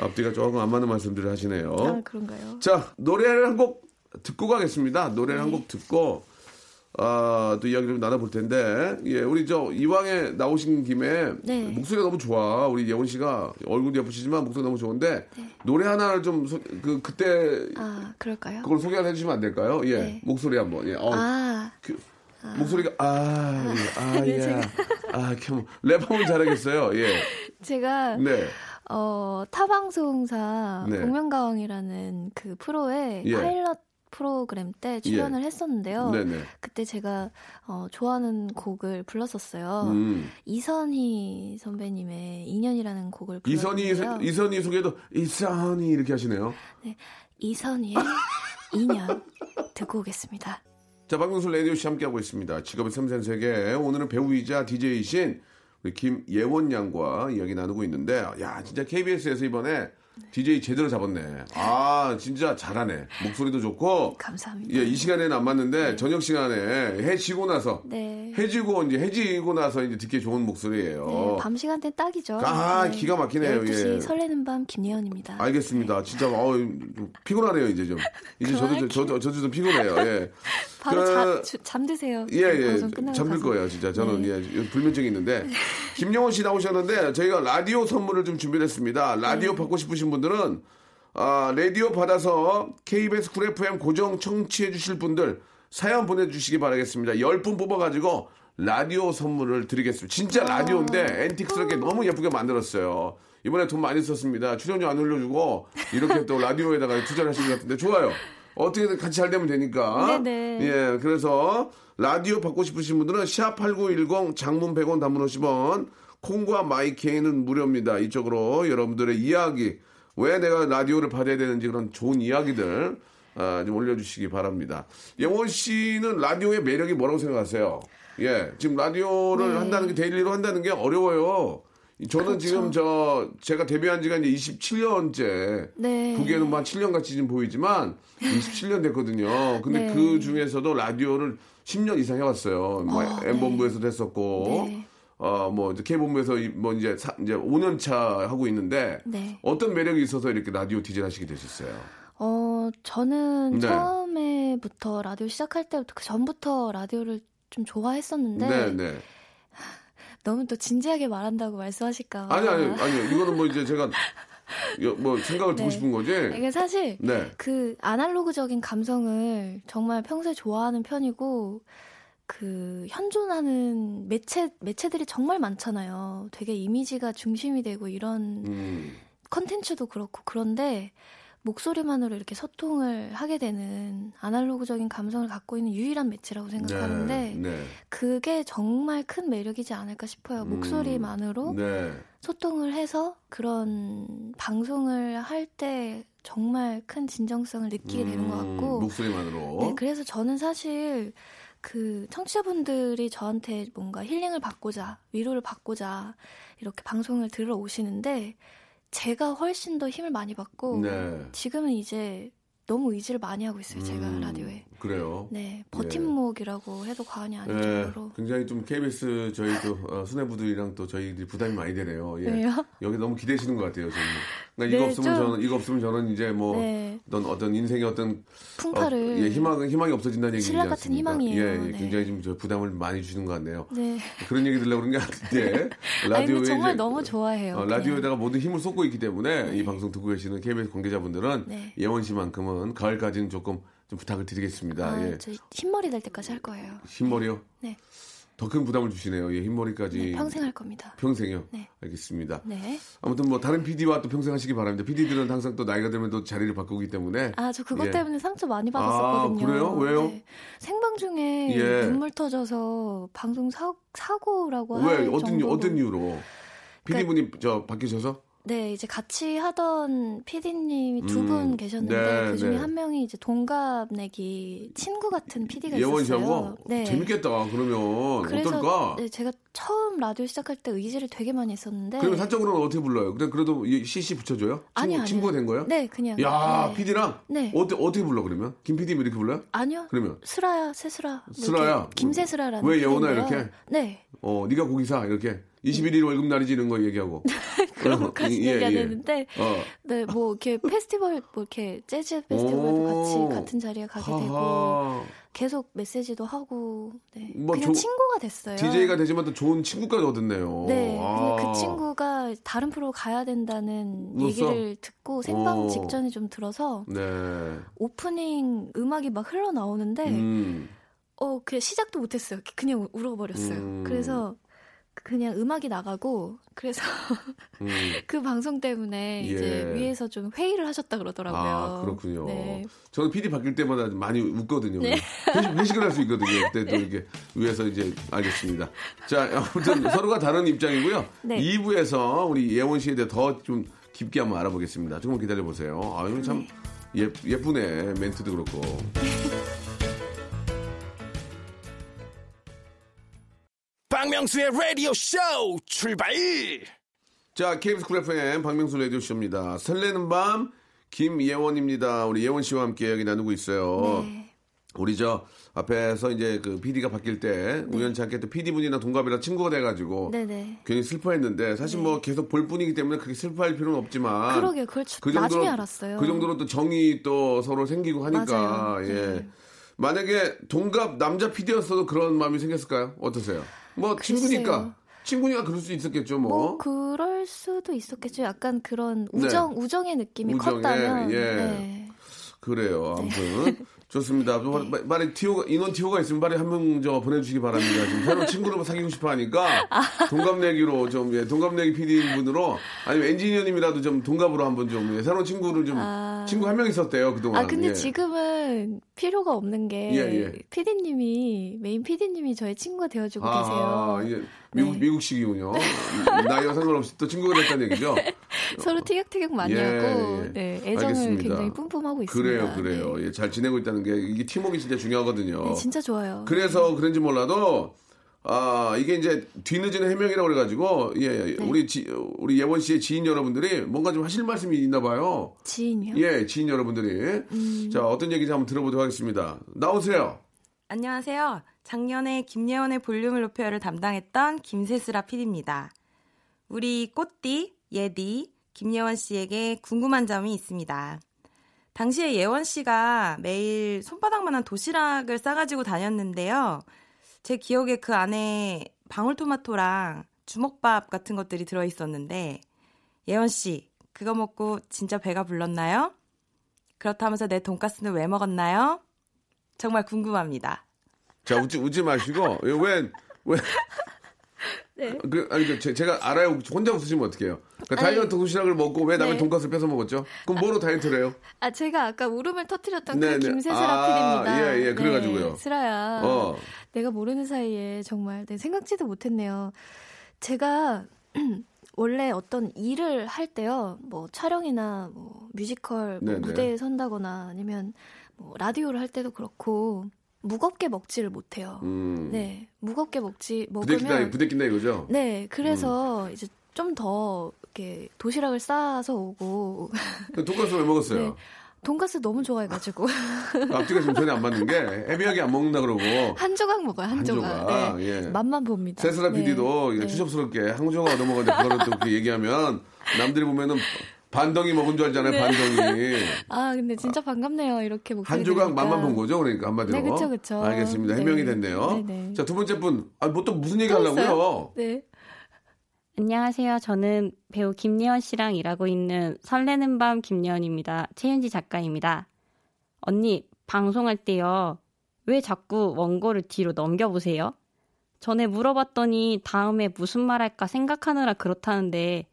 [SPEAKER 3] 앞뒤가 조금 안 맞는 말씀들을 하시네요.
[SPEAKER 6] 아 그런가요?
[SPEAKER 3] 자, 노래를 한 곡 듣고 가겠습니다. 노래를 한
[SPEAKER 6] 네.
[SPEAKER 3] 곡 듣고, 아, 또 이야기를 좀 나눠볼 텐데, 예, 우리 저, 이왕에 나오신 김에,
[SPEAKER 6] 네.
[SPEAKER 3] 목소리가 너무 좋아. 우리 예원 씨가 얼굴도 예쁘시지만 목소리 너무 좋은데, 노래 하나를 좀, 소- 그, 그때,
[SPEAKER 6] 네. 아 그럴까요?
[SPEAKER 3] 그걸 소개를 해주시면 안 될까요? 예,
[SPEAKER 6] 네.
[SPEAKER 3] 목소리 한 번. 예, 어,
[SPEAKER 6] 아 네,
[SPEAKER 3] 그- 목소리가, 아, 예,
[SPEAKER 6] *laughs*
[SPEAKER 3] 아, 예. 아, 참, 랩하면 잘하겠어요. 예.
[SPEAKER 6] 제가
[SPEAKER 3] 네.
[SPEAKER 6] 어 타방송사
[SPEAKER 3] 네.
[SPEAKER 6] 복면가왕이라는 그 프로의
[SPEAKER 3] 예.
[SPEAKER 6] 파일럿 프로그램 때 출연을 했었는데요.
[SPEAKER 3] 네네.
[SPEAKER 6] 그때 제가 어, 좋아하는 곡을 불렀었어요.
[SPEAKER 3] 음.
[SPEAKER 6] 이선희 선배님의 인연이라는 곡을
[SPEAKER 3] 이선희,
[SPEAKER 6] 불렀는데요.
[SPEAKER 3] 이선희 소개도, 이선희 이렇게 하시네요.
[SPEAKER 6] 이선희의 인연 듣고 오겠습니다.
[SPEAKER 3] 자, 박명수 라디오 씨 함께하고 있습니다. 직업의 섬세한 세계. 오늘은 배우이자 DJ이신 우리 김예원 양과 이야기 나누고 있는데, 야, 진짜 KBS에서 이번에 DJ 제대로 잡았네. 아, 진짜 잘하네. 목소리도 좋고.
[SPEAKER 6] 감사합니다.
[SPEAKER 3] 예, 이 시간에는 안 맞는데 저녁 시간에 해지고 나서
[SPEAKER 6] 네.
[SPEAKER 3] 해지고 이제 해지고 나서 이제 듣기 좋은 목소리예요.
[SPEAKER 6] 네, 밤 시간대 딱이죠.
[SPEAKER 3] 어. 아, 기가 막히네요,
[SPEAKER 6] 12시
[SPEAKER 3] 예.
[SPEAKER 6] 설레는 밤 김예원입니다.
[SPEAKER 3] 알겠습니다. 진짜 어, 피곤하네요 이제 좀. 이제 저도 좀- 저도 저도 좀 피곤해요. 예.
[SPEAKER 6] 바로
[SPEAKER 3] 그-
[SPEAKER 6] 잠, 주- 잠드세요.
[SPEAKER 3] 예, 예.
[SPEAKER 6] 방송 끝나고
[SPEAKER 3] 잠들
[SPEAKER 6] 가서.
[SPEAKER 3] 거예요, 진짜. 저는,
[SPEAKER 6] 네.
[SPEAKER 3] 예, 불면증이
[SPEAKER 6] *laughs*
[SPEAKER 3] 있는데. 김영호 씨 나오셨는데, 저희가 라디오 선물을 좀 준비를 했습니다. 라디오
[SPEAKER 6] 네.
[SPEAKER 3] 받고 싶으신 분들은, 아, 라디오 받아서 KBS 쿨 FM 고정 청취해 주실 분들, 사연 보내주시기 바라겠습니다. 10분 뽑아가지고, 라디오 선물을 드리겠습니다. 진짜
[SPEAKER 6] 아.
[SPEAKER 3] 라디오인데, 앤틱스럽게 너무 예쁘게 만들었어요. 이번에 돈 많이 썼습니다. 출연료 안 올려주고, 이렇게 또 라디오에다가 투자를 하신 것 같은데, 좋아요. 어떻게든 같이 잘 되면 되니까.
[SPEAKER 6] 네네.
[SPEAKER 3] 예, 예, 그래서 라디오 받고 싶으신 분들은 샵8910 장문 100원 단문 50원 콩과 마이케이는 무료입니다. 이쪽으로 여러분들의 이야기 왜 내가 라디오를 받아야 되는지 그런 좋은 이야기들 아, 좀 올려주시기 바랍니다. 영원 씨는 라디오의 매력이 뭐라고 생각하세요? 예, 지금
[SPEAKER 6] 네.
[SPEAKER 3] 라디오를 한다는 게 데일리로 한다는 게 어려워요. 저는
[SPEAKER 6] 그렇죠.
[SPEAKER 3] 지금 저 제가 데뷔한 지가 이제 27년째
[SPEAKER 6] 네.
[SPEAKER 3] 보기에는 뭐한 7년 같이 지금 보이지만 27년 됐거든요. 근데
[SPEAKER 6] 네.
[SPEAKER 3] 그 중에서도 라디오를 10년 이상 해왔어요. 뭐
[SPEAKER 6] 아,
[SPEAKER 3] M 본부에서도 했었고,
[SPEAKER 6] 네.
[SPEAKER 3] 어뭐 이제 K 본부에서 뭐 이제 사- 이제 5년 차 하고 있는데
[SPEAKER 6] 네.
[SPEAKER 3] 어떤 매력이 있어서 이렇게 라디오 디제이 하시게 되셨어요?
[SPEAKER 6] 어, 저는
[SPEAKER 3] 네.
[SPEAKER 6] 처음에부터 라디오 시작할 때부터 그 전부터 라디오를 좀 좋아했었는데
[SPEAKER 3] 네.
[SPEAKER 6] 너무 또 진지하게 말한다고 말씀하실까 봐.
[SPEAKER 3] 아니 아니 아니 이거는 뭐 이제 제가 여- 뭐 생각을 두고
[SPEAKER 6] 어. 네.
[SPEAKER 3] 싶은 거지.
[SPEAKER 6] 이게 사실
[SPEAKER 3] 네.
[SPEAKER 6] 그 아날로그적인 감성을 정말 평소에 좋아하는 편이고 그 현존하는 매체 매체들이 정말 많잖아요. 되게 이미지가 중심이 되고 이런
[SPEAKER 3] 음.
[SPEAKER 6] 컨텐츠도 그렇고 그런데 목소리만으로 이렇게 소통을 하게 되는 아날로그적인 감성을 갖고 있는 유일한 매체라고 생각하는데
[SPEAKER 3] 네. 네.
[SPEAKER 6] 그게 정말 큰 매력이지 않을까 싶어요. 목소리만으로
[SPEAKER 3] 네.
[SPEAKER 6] 소통을 해서 그런 방송을 할 때 정말 큰 진정성을 느끼게 되는 것
[SPEAKER 3] 음,
[SPEAKER 6] 같고
[SPEAKER 3] 목소리만으로.
[SPEAKER 6] 네, 그래서 저는 사실 그 청취자분들이 저한테 뭔가 힐링을 받고자, 위로를 받고자 이렇게 방송을 들으러 오시는데 제가 훨씬 더 힘을 많이 받고
[SPEAKER 3] 네.
[SPEAKER 6] 지금은 이제 너무 의지를 많이 하고 있어요, 제가
[SPEAKER 3] 음, 예.
[SPEAKER 6] 라디오에.
[SPEAKER 3] 그래요.
[SPEAKER 6] 네, 버팀목이라고 해도 과언이 아닐
[SPEAKER 3] 예.
[SPEAKER 6] 정도로.
[SPEAKER 3] 굉장히 좀 KBS 저희 또 어, 수뇌부들이랑 또 저희들이 부담이 많이 되네요. 예.
[SPEAKER 6] 왜요? *laughs*
[SPEAKER 3] 여기 너무 기대시는 것 같아요, 저는. 그러니까
[SPEAKER 6] 네,
[SPEAKER 3] 이거 없으면
[SPEAKER 6] 좀-
[SPEAKER 3] 저는 이거 없으면 저는 이제 뭐
[SPEAKER 6] 네.
[SPEAKER 3] 어떤 어떤 인생의 어떤
[SPEAKER 6] 풍파를.
[SPEAKER 3] 어, 예, 희망 희망이 없어진다는 얘기지
[SPEAKER 6] 신라 같은
[SPEAKER 3] 않습니까?
[SPEAKER 6] 희망이에요.
[SPEAKER 3] 예, 예,
[SPEAKER 6] 네.
[SPEAKER 3] 굉장히 지금 저 부담을 많이 주는 것 같네요.
[SPEAKER 6] 네.
[SPEAKER 3] 그런 얘기 들려고 그런 게 아닌데
[SPEAKER 6] *laughs* 아니,
[SPEAKER 3] 라디오에
[SPEAKER 6] 근데 정말
[SPEAKER 3] 이제-
[SPEAKER 6] 너무 좋아해요.
[SPEAKER 3] 어,
[SPEAKER 6] 그냥.
[SPEAKER 3] 라디오에다가 모든 힘을 쏟고 있기 때문에 이 방송 듣고 계시는 KBS 관계자분들은
[SPEAKER 6] 네.
[SPEAKER 3] 예원 씨만큼은 가을까지는 조금 좀 부탁을 드리겠습니다.
[SPEAKER 6] 아,
[SPEAKER 3] 예.
[SPEAKER 6] 저 흰머리 될 때까지 할 거예요.
[SPEAKER 3] 흰머리요?
[SPEAKER 6] 네.
[SPEAKER 3] 더 큰 부담을 주시네요. 예, 흰머리까지.
[SPEAKER 6] 네, 평생 할 겁니다.
[SPEAKER 3] 평생이요?
[SPEAKER 6] 네.
[SPEAKER 3] 알겠습니다.
[SPEAKER 6] 네.
[SPEAKER 3] 아무튼 뭐 다른 PD와 또 평생 하시기 바랍니다. PD들은 항상 또 나이가 들면 또 자리를 바꾸기 때문에.
[SPEAKER 6] 아, 저 그것
[SPEAKER 3] 예.
[SPEAKER 6] 때문에 상처 많이 받았었거든요. 네.
[SPEAKER 3] 아, 그래요? 왜요?
[SPEAKER 6] 생방 중에
[SPEAKER 3] 예.
[SPEAKER 6] 눈물 터져서 방송 사, 사고라고
[SPEAKER 3] 왜 어떤
[SPEAKER 6] 할
[SPEAKER 3] 이유-
[SPEAKER 6] 정도로. 그러니까
[SPEAKER 3] 어떤 이유로? PD분이 저 바뀌셔서?
[SPEAKER 6] 네, 이제 같이 하던 PD님이 두 분
[SPEAKER 3] 음,
[SPEAKER 6] 계셨는데
[SPEAKER 3] 네,
[SPEAKER 6] 그 중에
[SPEAKER 3] 네.
[SPEAKER 6] 한 명이 이제 동갑내기 친구 같은 PD가
[SPEAKER 3] 예원
[SPEAKER 6] 있었어요.
[SPEAKER 3] 씨하고
[SPEAKER 6] 네.
[SPEAKER 3] 재밌겠다. 그러면
[SPEAKER 6] 그래서
[SPEAKER 3] 어떨까?
[SPEAKER 6] 네, 제가 처음 라디오 시작할 때 의지를 되게 많이 했었는데
[SPEAKER 3] 그러면 사적으로는 어떻게 불러요? 근데 그래도 이 CC 붙여줘요? 친구,
[SPEAKER 6] 아니요, 아니요.
[SPEAKER 3] 친구가 된 거예요?
[SPEAKER 6] 네, 그냥
[SPEAKER 3] 야,
[SPEAKER 6] 네.
[SPEAKER 3] PD랑
[SPEAKER 6] 네.
[SPEAKER 3] 어떻게 어떻게 불러 그러면? 김 PD 면 이렇게 불러요?
[SPEAKER 6] 아니요.
[SPEAKER 3] 그러면
[SPEAKER 6] 슬아야, 새슬아. 뭐
[SPEAKER 3] 슬아야?
[SPEAKER 6] 이렇게 김새슬아라는
[SPEAKER 3] 왜 예원아
[SPEAKER 6] PD인데요.
[SPEAKER 3] 이렇게?
[SPEAKER 6] 네.
[SPEAKER 3] 어, 네가 고기 사 이렇게 21일 월급 날이지 이런 거
[SPEAKER 6] *laughs*
[SPEAKER 3] 얘기하고.
[SPEAKER 6] *laughs* 그런 것까지
[SPEAKER 3] 예,
[SPEAKER 6] 얘기 안
[SPEAKER 3] 예.
[SPEAKER 6] 했는데
[SPEAKER 3] 어.
[SPEAKER 6] 네, 뭐 이렇게 페스티벌 뭐 이렇게 재즈 페스티벌도
[SPEAKER 3] 오.
[SPEAKER 6] 같이 같은 자리에 가게 되고
[SPEAKER 3] 하하.
[SPEAKER 6] 계속 메시지도 하고 네.
[SPEAKER 3] 뭐
[SPEAKER 6] 그냥
[SPEAKER 3] 조-
[SPEAKER 6] 친구가 됐어요.
[SPEAKER 3] DJ가 되지만 또 좋은 친구까지 얻었네요.
[SPEAKER 6] 네,
[SPEAKER 3] 아.
[SPEAKER 6] 근데 그 친구가 다른 프로 가야 된다는
[SPEAKER 3] 넣었어?
[SPEAKER 6] 얘기를 듣고 생방
[SPEAKER 3] 오.
[SPEAKER 6] 직전에 좀 들어서
[SPEAKER 3] 네.
[SPEAKER 6] 오프닝 음악이 막 흘러나오는데
[SPEAKER 3] 음.
[SPEAKER 6] 어, 그냥 시작도 못했어요. 그냥 우- 울어버렸어요.
[SPEAKER 3] 음.
[SPEAKER 6] 그래서 그냥 음악이 나가고 그래서
[SPEAKER 3] 음.
[SPEAKER 6] *laughs* 그 방송 때문에 이제
[SPEAKER 3] 예.
[SPEAKER 6] 위에서 좀 회의를 하셨다 그러더라고요.
[SPEAKER 3] 아, 그렇군요.
[SPEAKER 6] 네.
[SPEAKER 3] 저는 PD 바뀔 때마다 많이 웃거든요. 회식, 회식을 할 수 있거든요. 그때
[SPEAKER 6] 네.
[SPEAKER 3] 또 이렇게 위에서 이제 알겠습니다. 자, 아무튼 서로가 다른 입장이고요.
[SPEAKER 6] 네.
[SPEAKER 3] 2부에서 우리 예원 씨에 대해 더 좀 깊게 한번 알아보겠습니다. 조금 기다려보세요. 아, 이거 참
[SPEAKER 6] 네.
[SPEAKER 3] 예, 예쁘네. 멘트도 그렇고.
[SPEAKER 2] 박명수의 라디오 쇼 출발
[SPEAKER 3] 자, KBS 쿨 FM 박명수 라디오쇼입니다. 설레는 밤 김예원입니다. 우리 예원 씨와 함께 이야기 나누고 있어요.
[SPEAKER 6] 네.
[SPEAKER 3] 우리 저 앞에서 이제 그 PD가 바뀔 때 우연치 않게 또 PD분이랑 동갑이랑 친구가 돼가지고
[SPEAKER 6] 네. 네네. 네.
[SPEAKER 3] 괜히 슬퍼했는데 사실 뭐 계속 볼 뿐이기 때문에 그렇게 슬퍼할 필요는 없지만
[SPEAKER 6] 그러게요. 그걸 주- 나중에 알았어요.
[SPEAKER 3] 그 정도로 또 정이 또 서로 생기고 하니까
[SPEAKER 6] 맞아요.
[SPEAKER 3] 예.
[SPEAKER 6] 네.
[SPEAKER 3] 만약에 동갑 남자 PD였어도 그런 마음이 생겼을까요? 어떠세요? 뭐
[SPEAKER 6] 글쎄요.
[SPEAKER 3] 친구니까 친구니까 그럴 수 있었겠죠 뭐.
[SPEAKER 6] 뭐 그럴 수도 있었겠죠. 약간 그런 우정 우정의 느낌이
[SPEAKER 3] 네. 우정의,
[SPEAKER 6] 컸다면.
[SPEAKER 3] 예.
[SPEAKER 6] 네.
[SPEAKER 3] 그래요.
[SPEAKER 6] *laughs*
[SPEAKER 3] 아무튼 좋습니다. 말에 티오가 인원 티오가 있으면 말에 한명저 보내주시기 바랍니다. 지금 새로운 친구를 *laughs* 사귀고 싶어하니까
[SPEAKER 6] 아.
[SPEAKER 3] 동갑내기로 좀 예, 동갑내기 PD 분으로 아니면 엔지니어님이라도 좀 동갑으로 한번 좀 예, 새로운 친구를 좀
[SPEAKER 6] 아.
[SPEAKER 3] 친구 한 명 있었대요 그 동안.
[SPEAKER 6] 아 근데 지금은 필요가 없는 게
[SPEAKER 3] 예, 예.
[SPEAKER 6] 피디님이 메인 피디님이 저의 친구가 되어주고
[SPEAKER 3] 아,
[SPEAKER 6] 계세요.
[SPEAKER 3] 예. 미국
[SPEAKER 6] 네. 네.
[SPEAKER 3] 미국식이군요. 음, 나이와 상관없이 또 친구가 됐다는
[SPEAKER 6] *laughs*
[SPEAKER 3] 얘기죠.
[SPEAKER 6] 서로 티격태격 많이
[SPEAKER 3] 예,
[SPEAKER 6] 하고
[SPEAKER 3] 예.
[SPEAKER 6] 네, 애정을
[SPEAKER 3] 알겠습니다.
[SPEAKER 6] 굉장히 뿜뿜하고
[SPEAKER 3] 그래요,
[SPEAKER 6] 있습니다.
[SPEAKER 3] 그래요. 예, 잘 지내고 있다는 게 이게 팀워크 진짜 중요하거든요.
[SPEAKER 6] 네. 네, 진짜 좋아요.
[SPEAKER 3] 어. 그래서 그런지 몰라도 아 이게 이제 뒤늦은 해명이라고 그래가지고 예
[SPEAKER 6] 네.
[SPEAKER 3] 우리 지, 우리 예원 씨의 지인 여러분들이 뭔가 좀 하실 말씀이 있나 봐요.
[SPEAKER 6] 지인이요.
[SPEAKER 3] 예 지인 여러분들이
[SPEAKER 6] 음.
[SPEAKER 3] 자 어떤 얘기인지 한번 들어보도록 하겠습니다. 나오세요.
[SPEAKER 7] 안녕하세요. 작년에 김예원의 볼륨을 높여요를 담당했던 김세슬아 PD입니다. 우리 꽃띠, 예디, 김예원 씨에게 궁금한 점이 있습니다. 당시에 예원 씨가 매일 손바닥만한 도시락을 싸가지고 다녔는데요. 제 기억에 그 안에 방울토마토랑 주먹밥 같은 것들이 들어있었는데, 예원 씨, 그거 먹고 진짜 배가 불렀나요? 그렇다면서 내 돈가스는 왜 먹었나요? 정말 궁금합니다.
[SPEAKER 3] 자 웃지 웃지 마시고 왜왜
[SPEAKER 6] 네.
[SPEAKER 3] 그, 아니, 그, 제, 제가 알아요. 혼자 웃으시면 어떡해요. 그러니까 다이어트 도시락을 먹고 왜 남의
[SPEAKER 6] 네.
[SPEAKER 3] 돈가스 뺏어 먹었죠? 그럼 뭐로 다이어트를 해요?
[SPEAKER 6] 아 제가 아까 울음을 터뜨렸던
[SPEAKER 3] 네,
[SPEAKER 6] 그
[SPEAKER 3] 네.
[SPEAKER 6] 김세슬아
[SPEAKER 3] 아,
[SPEAKER 6] PD입니다. 네,
[SPEAKER 3] 예, 예, 그래가지고요.
[SPEAKER 6] 슬아야.
[SPEAKER 3] 어.
[SPEAKER 6] 내가 모르는 사이에 정말 네, 생각지도 못했네요. 제가 *clears throat* 원래 어떤 일을 할 때요, 뭐 촬영이나 뭐 뮤지컬 뭐
[SPEAKER 3] 네네.
[SPEAKER 6] 무대에 선다거나 아니면 뭐 라디오를 할 때도 그렇고 무겁게 먹지를 못해요.
[SPEAKER 3] 음.
[SPEAKER 6] 네, 어, 무겁게 먹지
[SPEAKER 3] 부대낀다, 음.
[SPEAKER 6] 먹으면
[SPEAKER 3] 부대낀다 이거죠?
[SPEAKER 6] 네, 그래서 이제 좀 더 이렇게 도시락을 싸서 오고
[SPEAKER 3] 돈가스 왜 먹었어요?
[SPEAKER 6] 네. 돈가스 너무 좋아해가지고 *laughs*
[SPEAKER 3] 앞뒤가 지금 전혀 안 맞는 게 애매하게 안 먹는다 그러고
[SPEAKER 6] 한 조각 먹어요, 한,
[SPEAKER 3] 한
[SPEAKER 6] 조각.
[SPEAKER 3] 조각,
[SPEAKER 6] 네,
[SPEAKER 3] 예.
[SPEAKER 6] 맛만 봅니다.
[SPEAKER 3] 세스라
[SPEAKER 6] 네.
[SPEAKER 3] PD도 추접스럽게 한 조각 얻어먹었는데 그거를 또 이렇게 얘기하면 남들이 보면은 반덩이 먹은 줄
[SPEAKER 6] 네.
[SPEAKER 3] 알잖아요
[SPEAKER 6] *laughs*
[SPEAKER 3] 반덩이
[SPEAKER 6] 아 근데 진짜 반갑네요 이렇게 목소리
[SPEAKER 3] 한 조각
[SPEAKER 6] 들으니까.
[SPEAKER 3] 맛만 본 거죠 그러니까 한마디로
[SPEAKER 6] 네, 그쵸, 그쵸.
[SPEAKER 3] 알겠습니다
[SPEAKER 6] 네.
[SPEAKER 3] 해명이 됐네요
[SPEAKER 6] 네네.
[SPEAKER 3] 자 두 번째 분아뭐 또 무슨 얘기
[SPEAKER 6] 또
[SPEAKER 3] 하려고요
[SPEAKER 6] 있어요? 네.
[SPEAKER 8] 안녕하세요. 저는 배우 김예원 씨랑 일하고 있는 설레는 밤 김예원입니다. 최윤지 작가입니다. 언니, 방송할 때요. 왜 자꾸 원고를 뒤로 넘겨보세요? 전에 물어봤더니 다음에 무슨 말 할까 생각하느라 그렇다는데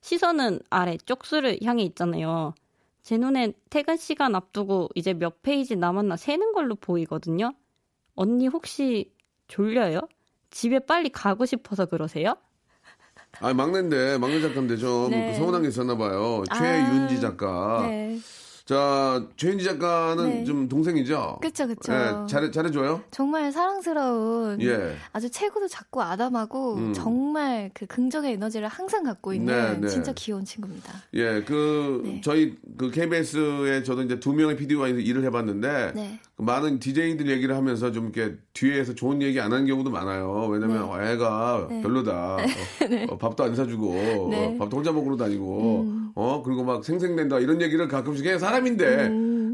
[SPEAKER 8] 시선은 아래 쪽수를 향해 있잖아요. 제 눈엔 퇴근 시간 앞두고 이제 몇 페이지 남았나 세는 걸로 보이거든요. 언니 혹시 졸려요? 집에 빨리 가고 싶어서 그러세요?
[SPEAKER 3] 아 막내인데 막내 작가인데 좀
[SPEAKER 6] 네.
[SPEAKER 3] 그 서운한 게 있었나 봐요
[SPEAKER 6] 아.
[SPEAKER 3] 최윤지 작가
[SPEAKER 6] 네.
[SPEAKER 3] 자 최윤지 작가는
[SPEAKER 6] 네.
[SPEAKER 3] 좀 동생이죠
[SPEAKER 6] 그쵸 그쵸.
[SPEAKER 3] 예, 잘해 잘해줘요
[SPEAKER 6] 정말 사랑스러운.
[SPEAKER 3] 예
[SPEAKER 6] 아주 체구도 작고 아담하고
[SPEAKER 3] 음.
[SPEAKER 6] 정말 그 긍정의 에너지를 항상 갖고 있는
[SPEAKER 3] 네, 네.
[SPEAKER 6] 진짜 귀여운 친구입니다.
[SPEAKER 3] 예, 그
[SPEAKER 6] 네.
[SPEAKER 3] 저희 그 KBS에 저도 이제 두 명의 PD와 일을 해봤는데
[SPEAKER 6] 네.
[SPEAKER 3] 그 많은 DJ들 얘기를 하면서 좀 이렇게 뒤에서 좋은 얘기 안 하는 경우도 많아요. 왜냐면 애가
[SPEAKER 6] *laughs*
[SPEAKER 3] 별로다. 어, 어, 밥도 안 사주고
[SPEAKER 6] 네. 음.
[SPEAKER 3] 어, 밥도 혼자 먹으러 다니고 어 그리고 막 생생된다 이런 얘기를 가끔씩 해 사람인데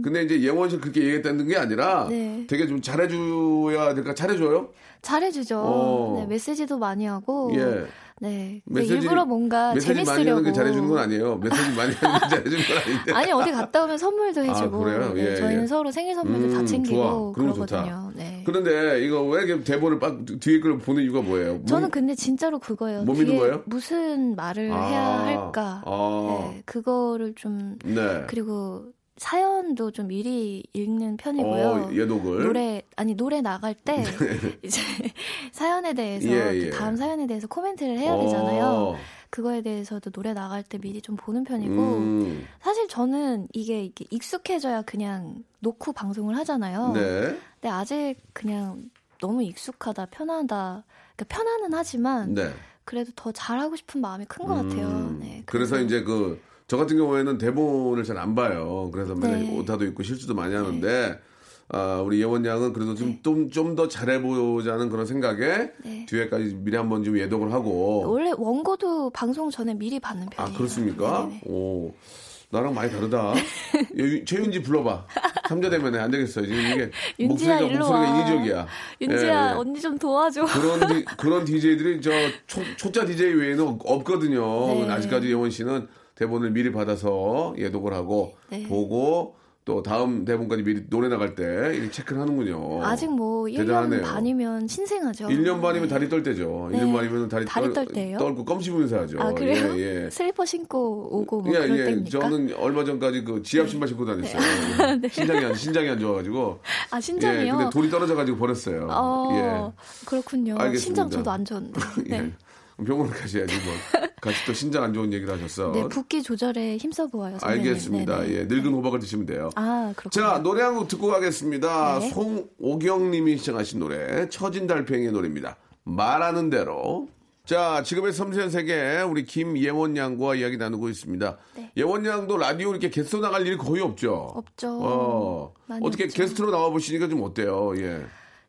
[SPEAKER 3] 근데 이제 예원 씨 그렇게 얘기했다는 게 아니라
[SPEAKER 6] 음. 네.
[SPEAKER 3] 되게 좀 잘해줘야 될까 잘해줘요? 어.
[SPEAKER 6] 잘해주죠. 네, 메시지도 많이 하고.
[SPEAKER 3] 예.
[SPEAKER 6] 네. 근데
[SPEAKER 3] 메시지-
[SPEAKER 6] 일부러 뭔가
[SPEAKER 3] 메시지 많이 하는
[SPEAKER 6] 아, 재밌으려고.
[SPEAKER 3] 게 잘해주는 건 아니에요. 메시지 많이 하는 게 잘해주는 건 아닌데.
[SPEAKER 6] 아니 어디 갔다 오면 선물도
[SPEAKER 3] 아,
[SPEAKER 6] 해주고.
[SPEAKER 3] 그래요?
[SPEAKER 6] 네,
[SPEAKER 3] 예,
[SPEAKER 6] 저희는
[SPEAKER 3] 예.
[SPEAKER 6] 서로 생일 선물도
[SPEAKER 3] 음,
[SPEAKER 6] 다 챙기고
[SPEAKER 3] 좋아. 그런 거
[SPEAKER 6] 그러거든요.
[SPEAKER 3] 좋다.
[SPEAKER 6] 네.
[SPEAKER 3] 그런데 이거 왜 이렇게 대본을 빡 뒤에 걸 보는 이유가 뭐예요? 몸-
[SPEAKER 6] 저는 근데 진짜로 그거예요.
[SPEAKER 3] 뭐 믿는
[SPEAKER 6] 뒤에
[SPEAKER 3] 거예요?
[SPEAKER 6] 무슨 말을
[SPEAKER 3] 아,
[SPEAKER 6] 해야 할까?
[SPEAKER 3] 아,
[SPEAKER 6] 네, 그거를 좀
[SPEAKER 3] 네.
[SPEAKER 6] 그리고 사연도 좀 미리 읽는
[SPEAKER 3] 어,
[SPEAKER 6] 편이고요.
[SPEAKER 3] 예독을.
[SPEAKER 6] 노래 아니 노래 나갈 때 *laughs* 이제 사연에 대해서
[SPEAKER 3] 예,
[SPEAKER 6] 또
[SPEAKER 3] 예.
[SPEAKER 6] 다음 사연에 대해서 코멘트를 해야
[SPEAKER 3] 어,
[SPEAKER 6] 되잖아요. 그거에 대해서도 노래 나갈 때 미리 좀 보는 편이고
[SPEAKER 3] 음,
[SPEAKER 6] 사실 저는 이게, 이게 익숙해져야 그냥 놓고 방송을 하잖아요.
[SPEAKER 3] 네.
[SPEAKER 6] 근데 아직 그냥 너무 익숙하다 편하다 그러니까 편안은 하지만
[SPEAKER 3] 네.
[SPEAKER 6] 그래도 더 잘하고 싶은 마음이 큰 것 같아요. 네.
[SPEAKER 3] 그래서 이제 그 저 같은 경우에는 대본을 잘 안 봐요. 그래서 맨날
[SPEAKER 6] 네.
[SPEAKER 3] 오타도 있고 실수도 많이 하는데 아, 우리 예원 양은 그래도 좀 좀 좀 더 잘해보자는 그런 생각에
[SPEAKER 6] 네.
[SPEAKER 3] 뒤에까지 미리 한번 좀 예독을 하고
[SPEAKER 6] 원래 원고도 방송 전에 미리 받는
[SPEAKER 3] 어. 아
[SPEAKER 6] 편이에요.
[SPEAKER 3] 그렇습니까?
[SPEAKER 6] 네네.
[SPEAKER 3] 오 나랑 많이
[SPEAKER 6] *laughs*
[SPEAKER 3] 다르다. 예, 최윤지 불러봐. 삼자 되면 안 되겠어요. 지금 이게
[SPEAKER 6] 윤지야,
[SPEAKER 3] 목소리가
[SPEAKER 6] 일로
[SPEAKER 3] 목소리가
[SPEAKER 6] 와.
[SPEAKER 3] 인위적이야.
[SPEAKER 6] 윤지야
[SPEAKER 3] 예, 예.
[SPEAKER 6] 언니 좀 도와줘.
[SPEAKER 3] 그런 디, 그런 DJ들이 저 초, 초짜 DJ 외에는 없거든요.
[SPEAKER 6] 네.
[SPEAKER 3] 아직까지 예원 씨는 대본을 미리 받아서 예독을 하고
[SPEAKER 6] 네.
[SPEAKER 3] 보고 또 다음 대본까지 미리 노래 나갈 때 이렇게 체크를 하는군요.
[SPEAKER 6] 아직 뭐 1년
[SPEAKER 3] 대단하네요.
[SPEAKER 6] 반이면 신생아죠.
[SPEAKER 3] 1년 반이면
[SPEAKER 6] 네.
[SPEAKER 3] 다리 떨 때죠.
[SPEAKER 6] 네.
[SPEAKER 3] 1년 반이면 다리,
[SPEAKER 6] 다리 떨 때예요?
[SPEAKER 3] 떨고 껌씹으면서 하죠.
[SPEAKER 6] 아 그래요?
[SPEAKER 3] 예, 예.
[SPEAKER 6] 슬리퍼 신고 오고 뭐
[SPEAKER 3] 예,
[SPEAKER 6] 그럴
[SPEAKER 3] 예.
[SPEAKER 6] 때입니까? 네.
[SPEAKER 3] 저는 얼마 전까지 그 지압 신발 신고 다녔어요. 음. 신장이 안, 신장이 안 좋아가지고.
[SPEAKER 6] 아 네. 신장이요?
[SPEAKER 3] 예, 근데 돌이 떨어져가지고 버렸어요.
[SPEAKER 6] 어 그렇군요.
[SPEAKER 3] 알겠습니다.
[SPEAKER 6] 신장 저도 안 좋은데.
[SPEAKER 3] 예.
[SPEAKER 6] 네.
[SPEAKER 3] 그럼 병원 가셔야지 뭐. 같이 또 신장 안 좋은 얘기를 하셨어.
[SPEAKER 6] 네, 붓기 조절에 힘써 보아요. 선배님.
[SPEAKER 3] 알겠습니다.
[SPEAKER 6] 네네.
[SPEAKER 3] 예, 늙은 호박을 드시면 돼요.
[SPEAKER 6] 아 그렇군요.
[SPEAKER 3] 자, 노래 한 곡 듣고 가겠습니다.
[SPEAKER 6] 네.
[SPEAKER 3] 송오경 님이 시청하신 노래, 처진 달팽이의 노래입니다. 말하는 대로. 자, 지금의 섬세한 세계, 우리 김예원 양과 이야기 나누고 있습니다.
[SPEAKER 6] 네.
[SPEAKER 3] 예원 양도 라디오 이렇게 게스트 나갈 일이 거의 없죠?
[SPEAKER 6] 없죠.
[SPEAKER 3] 어,
[SPEAKER 6] 많이
[SPEAKER 3] 어떻게
[SPEAKER 6] 없죠.
[SPEAKER 3] 게스트로 나와보시니까 좀 어때요? 예.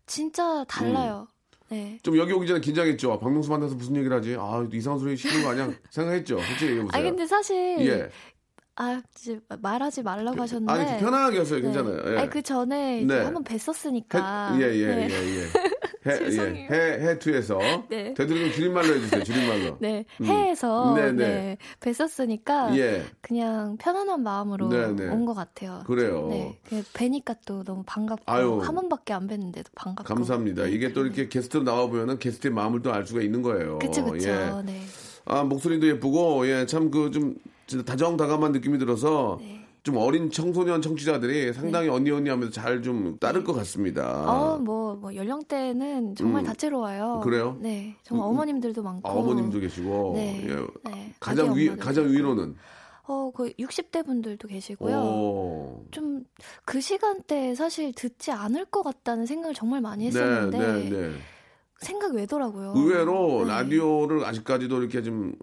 [SPEAKER 6] 진짜 달라요.
[SPEAKER 3] 음.
[SPEAKER 6] 네.
[SPEAKER 3] 좀 여기 오기 전에 긴장했죠? 아, 박명수 만나서 무슨 얘기를 하지? 아, 이상한 소리 시키는 거 아니야? *laughs* 생각했죠? 솔직히 얘기해보세요.
[SPEAKER 6] 아 근데 사실
[SPEAKER 3] 예. 그,
[SPEAKER 6] 아 이제 말하지 말라고 하셨는데.
[SPEAKER 3] 아니, 편하게 하세요.
[SPEAKER 6] 네.
[SPEAKER 3] 괜찮아요. 예.
[SPEAKER 6] 아니 그 전에 이제
[SPEAKER 3] 네.
[SPEAKER 6] 한번 뵀었으니까.
[SPEAKER 3] 해, 예, 예,
[SPEAKER 6] 네.
[SPEAKER 3] 예, 예. 해,
[SPEAKER 6] 죄송해요.
[SPEAKER 3] 예, 해, 해투에서.
[SPEAKER 6] 네.
[SPEAKER 3] 되도록이면 줄임말로 해주세요, 줄임말로.
[SPEAKER 6] *laughs* 네, 아,
[SPEAKER 3] 음.
[SPEAKER 6] 해에서
[SPEAKER 3] 네,
[SPEAKER 6] 네,
[SPEAKER 3] 네.
[SPEAKER 6] 뵀었으니까
[SPEAKER 3] 예.
[SPEAKER 6] 그냥 편안한 마음으로
[SPEAKER 3] 네, 네.
[SPEAKER 6] 온 것 같아요.
[SPEAKER 3] 그래요.
[SPEAKER 6] 네, 그냥 뵈니까 또 너무 반갑고
[SPEAKER 3] 아유.
[SPEAKER 6] 한 번밖에 안 뵀는데도 반갑고
[SPEAKER 3] 감사합니다. 이게 또 이렇게 게스트로 나와보면은 게스트의 마음을 또 알 수가 있는 거예요.
[SPEAKER 6] 그쵸 그쵸.
[SPEAKER 3] 예.
[SPEAKER 6] 네.
[SPEAKER 3] 아, 목소리도 예쁘고, 예, 참 그 좀, 진짜 다정다감한 느낌이
[SPEAKER 6] 네.
[SPEAKER 3] 들어서. 좀 어린 청소년 청취자들이 상당히 언니 언니 하면서 잘 좀 따를 것 같습니다.
[SPEAKER 6] 어뭐뭐 연령대는 정말
[SPEAKER 3] 아. 음.
[SPEAKER 6] 다채로워요.
[SPEAKER 3] 그래요?
[SPEAKER 6] 네,
[SPEAKER 3] 음, 음.
[SPEAKER 6] 정말 어머님들도 많고
[SPEAKER 3] 아, 어머님도 계시고.
[SPEAKER 6] 네,
[SPEAKER 3] 예.
[SPEAKER 6] 네,
[SPEAKER 3] 가장
[SPEAKER 6] 아기
[SPEAKER 3] 위,
[SPEAKER 6] 엄마들도
[SPEAKER 3] 가장
[SPEAKER 6] 있고.
[SPEAKER 3] 위로는. 어.
[SPEAKER 6] 어 거의 60대 분들도 계시고요.
[SPEAKER 3] 오.
[SPEAKER 6] 좀 그 시간대에 사실 듣지 않을 것 같다는 생각을 정말 많이 했었는데
[SPEAKER 3] 네, 네, 네.
[SPEAKER 6] 생각 외더라고요.
[SPEAKER 3] 의외로
[SPEAKER 6] 네.
[SPEAKER 3] 라디오를 아직까지도 이렇게 좀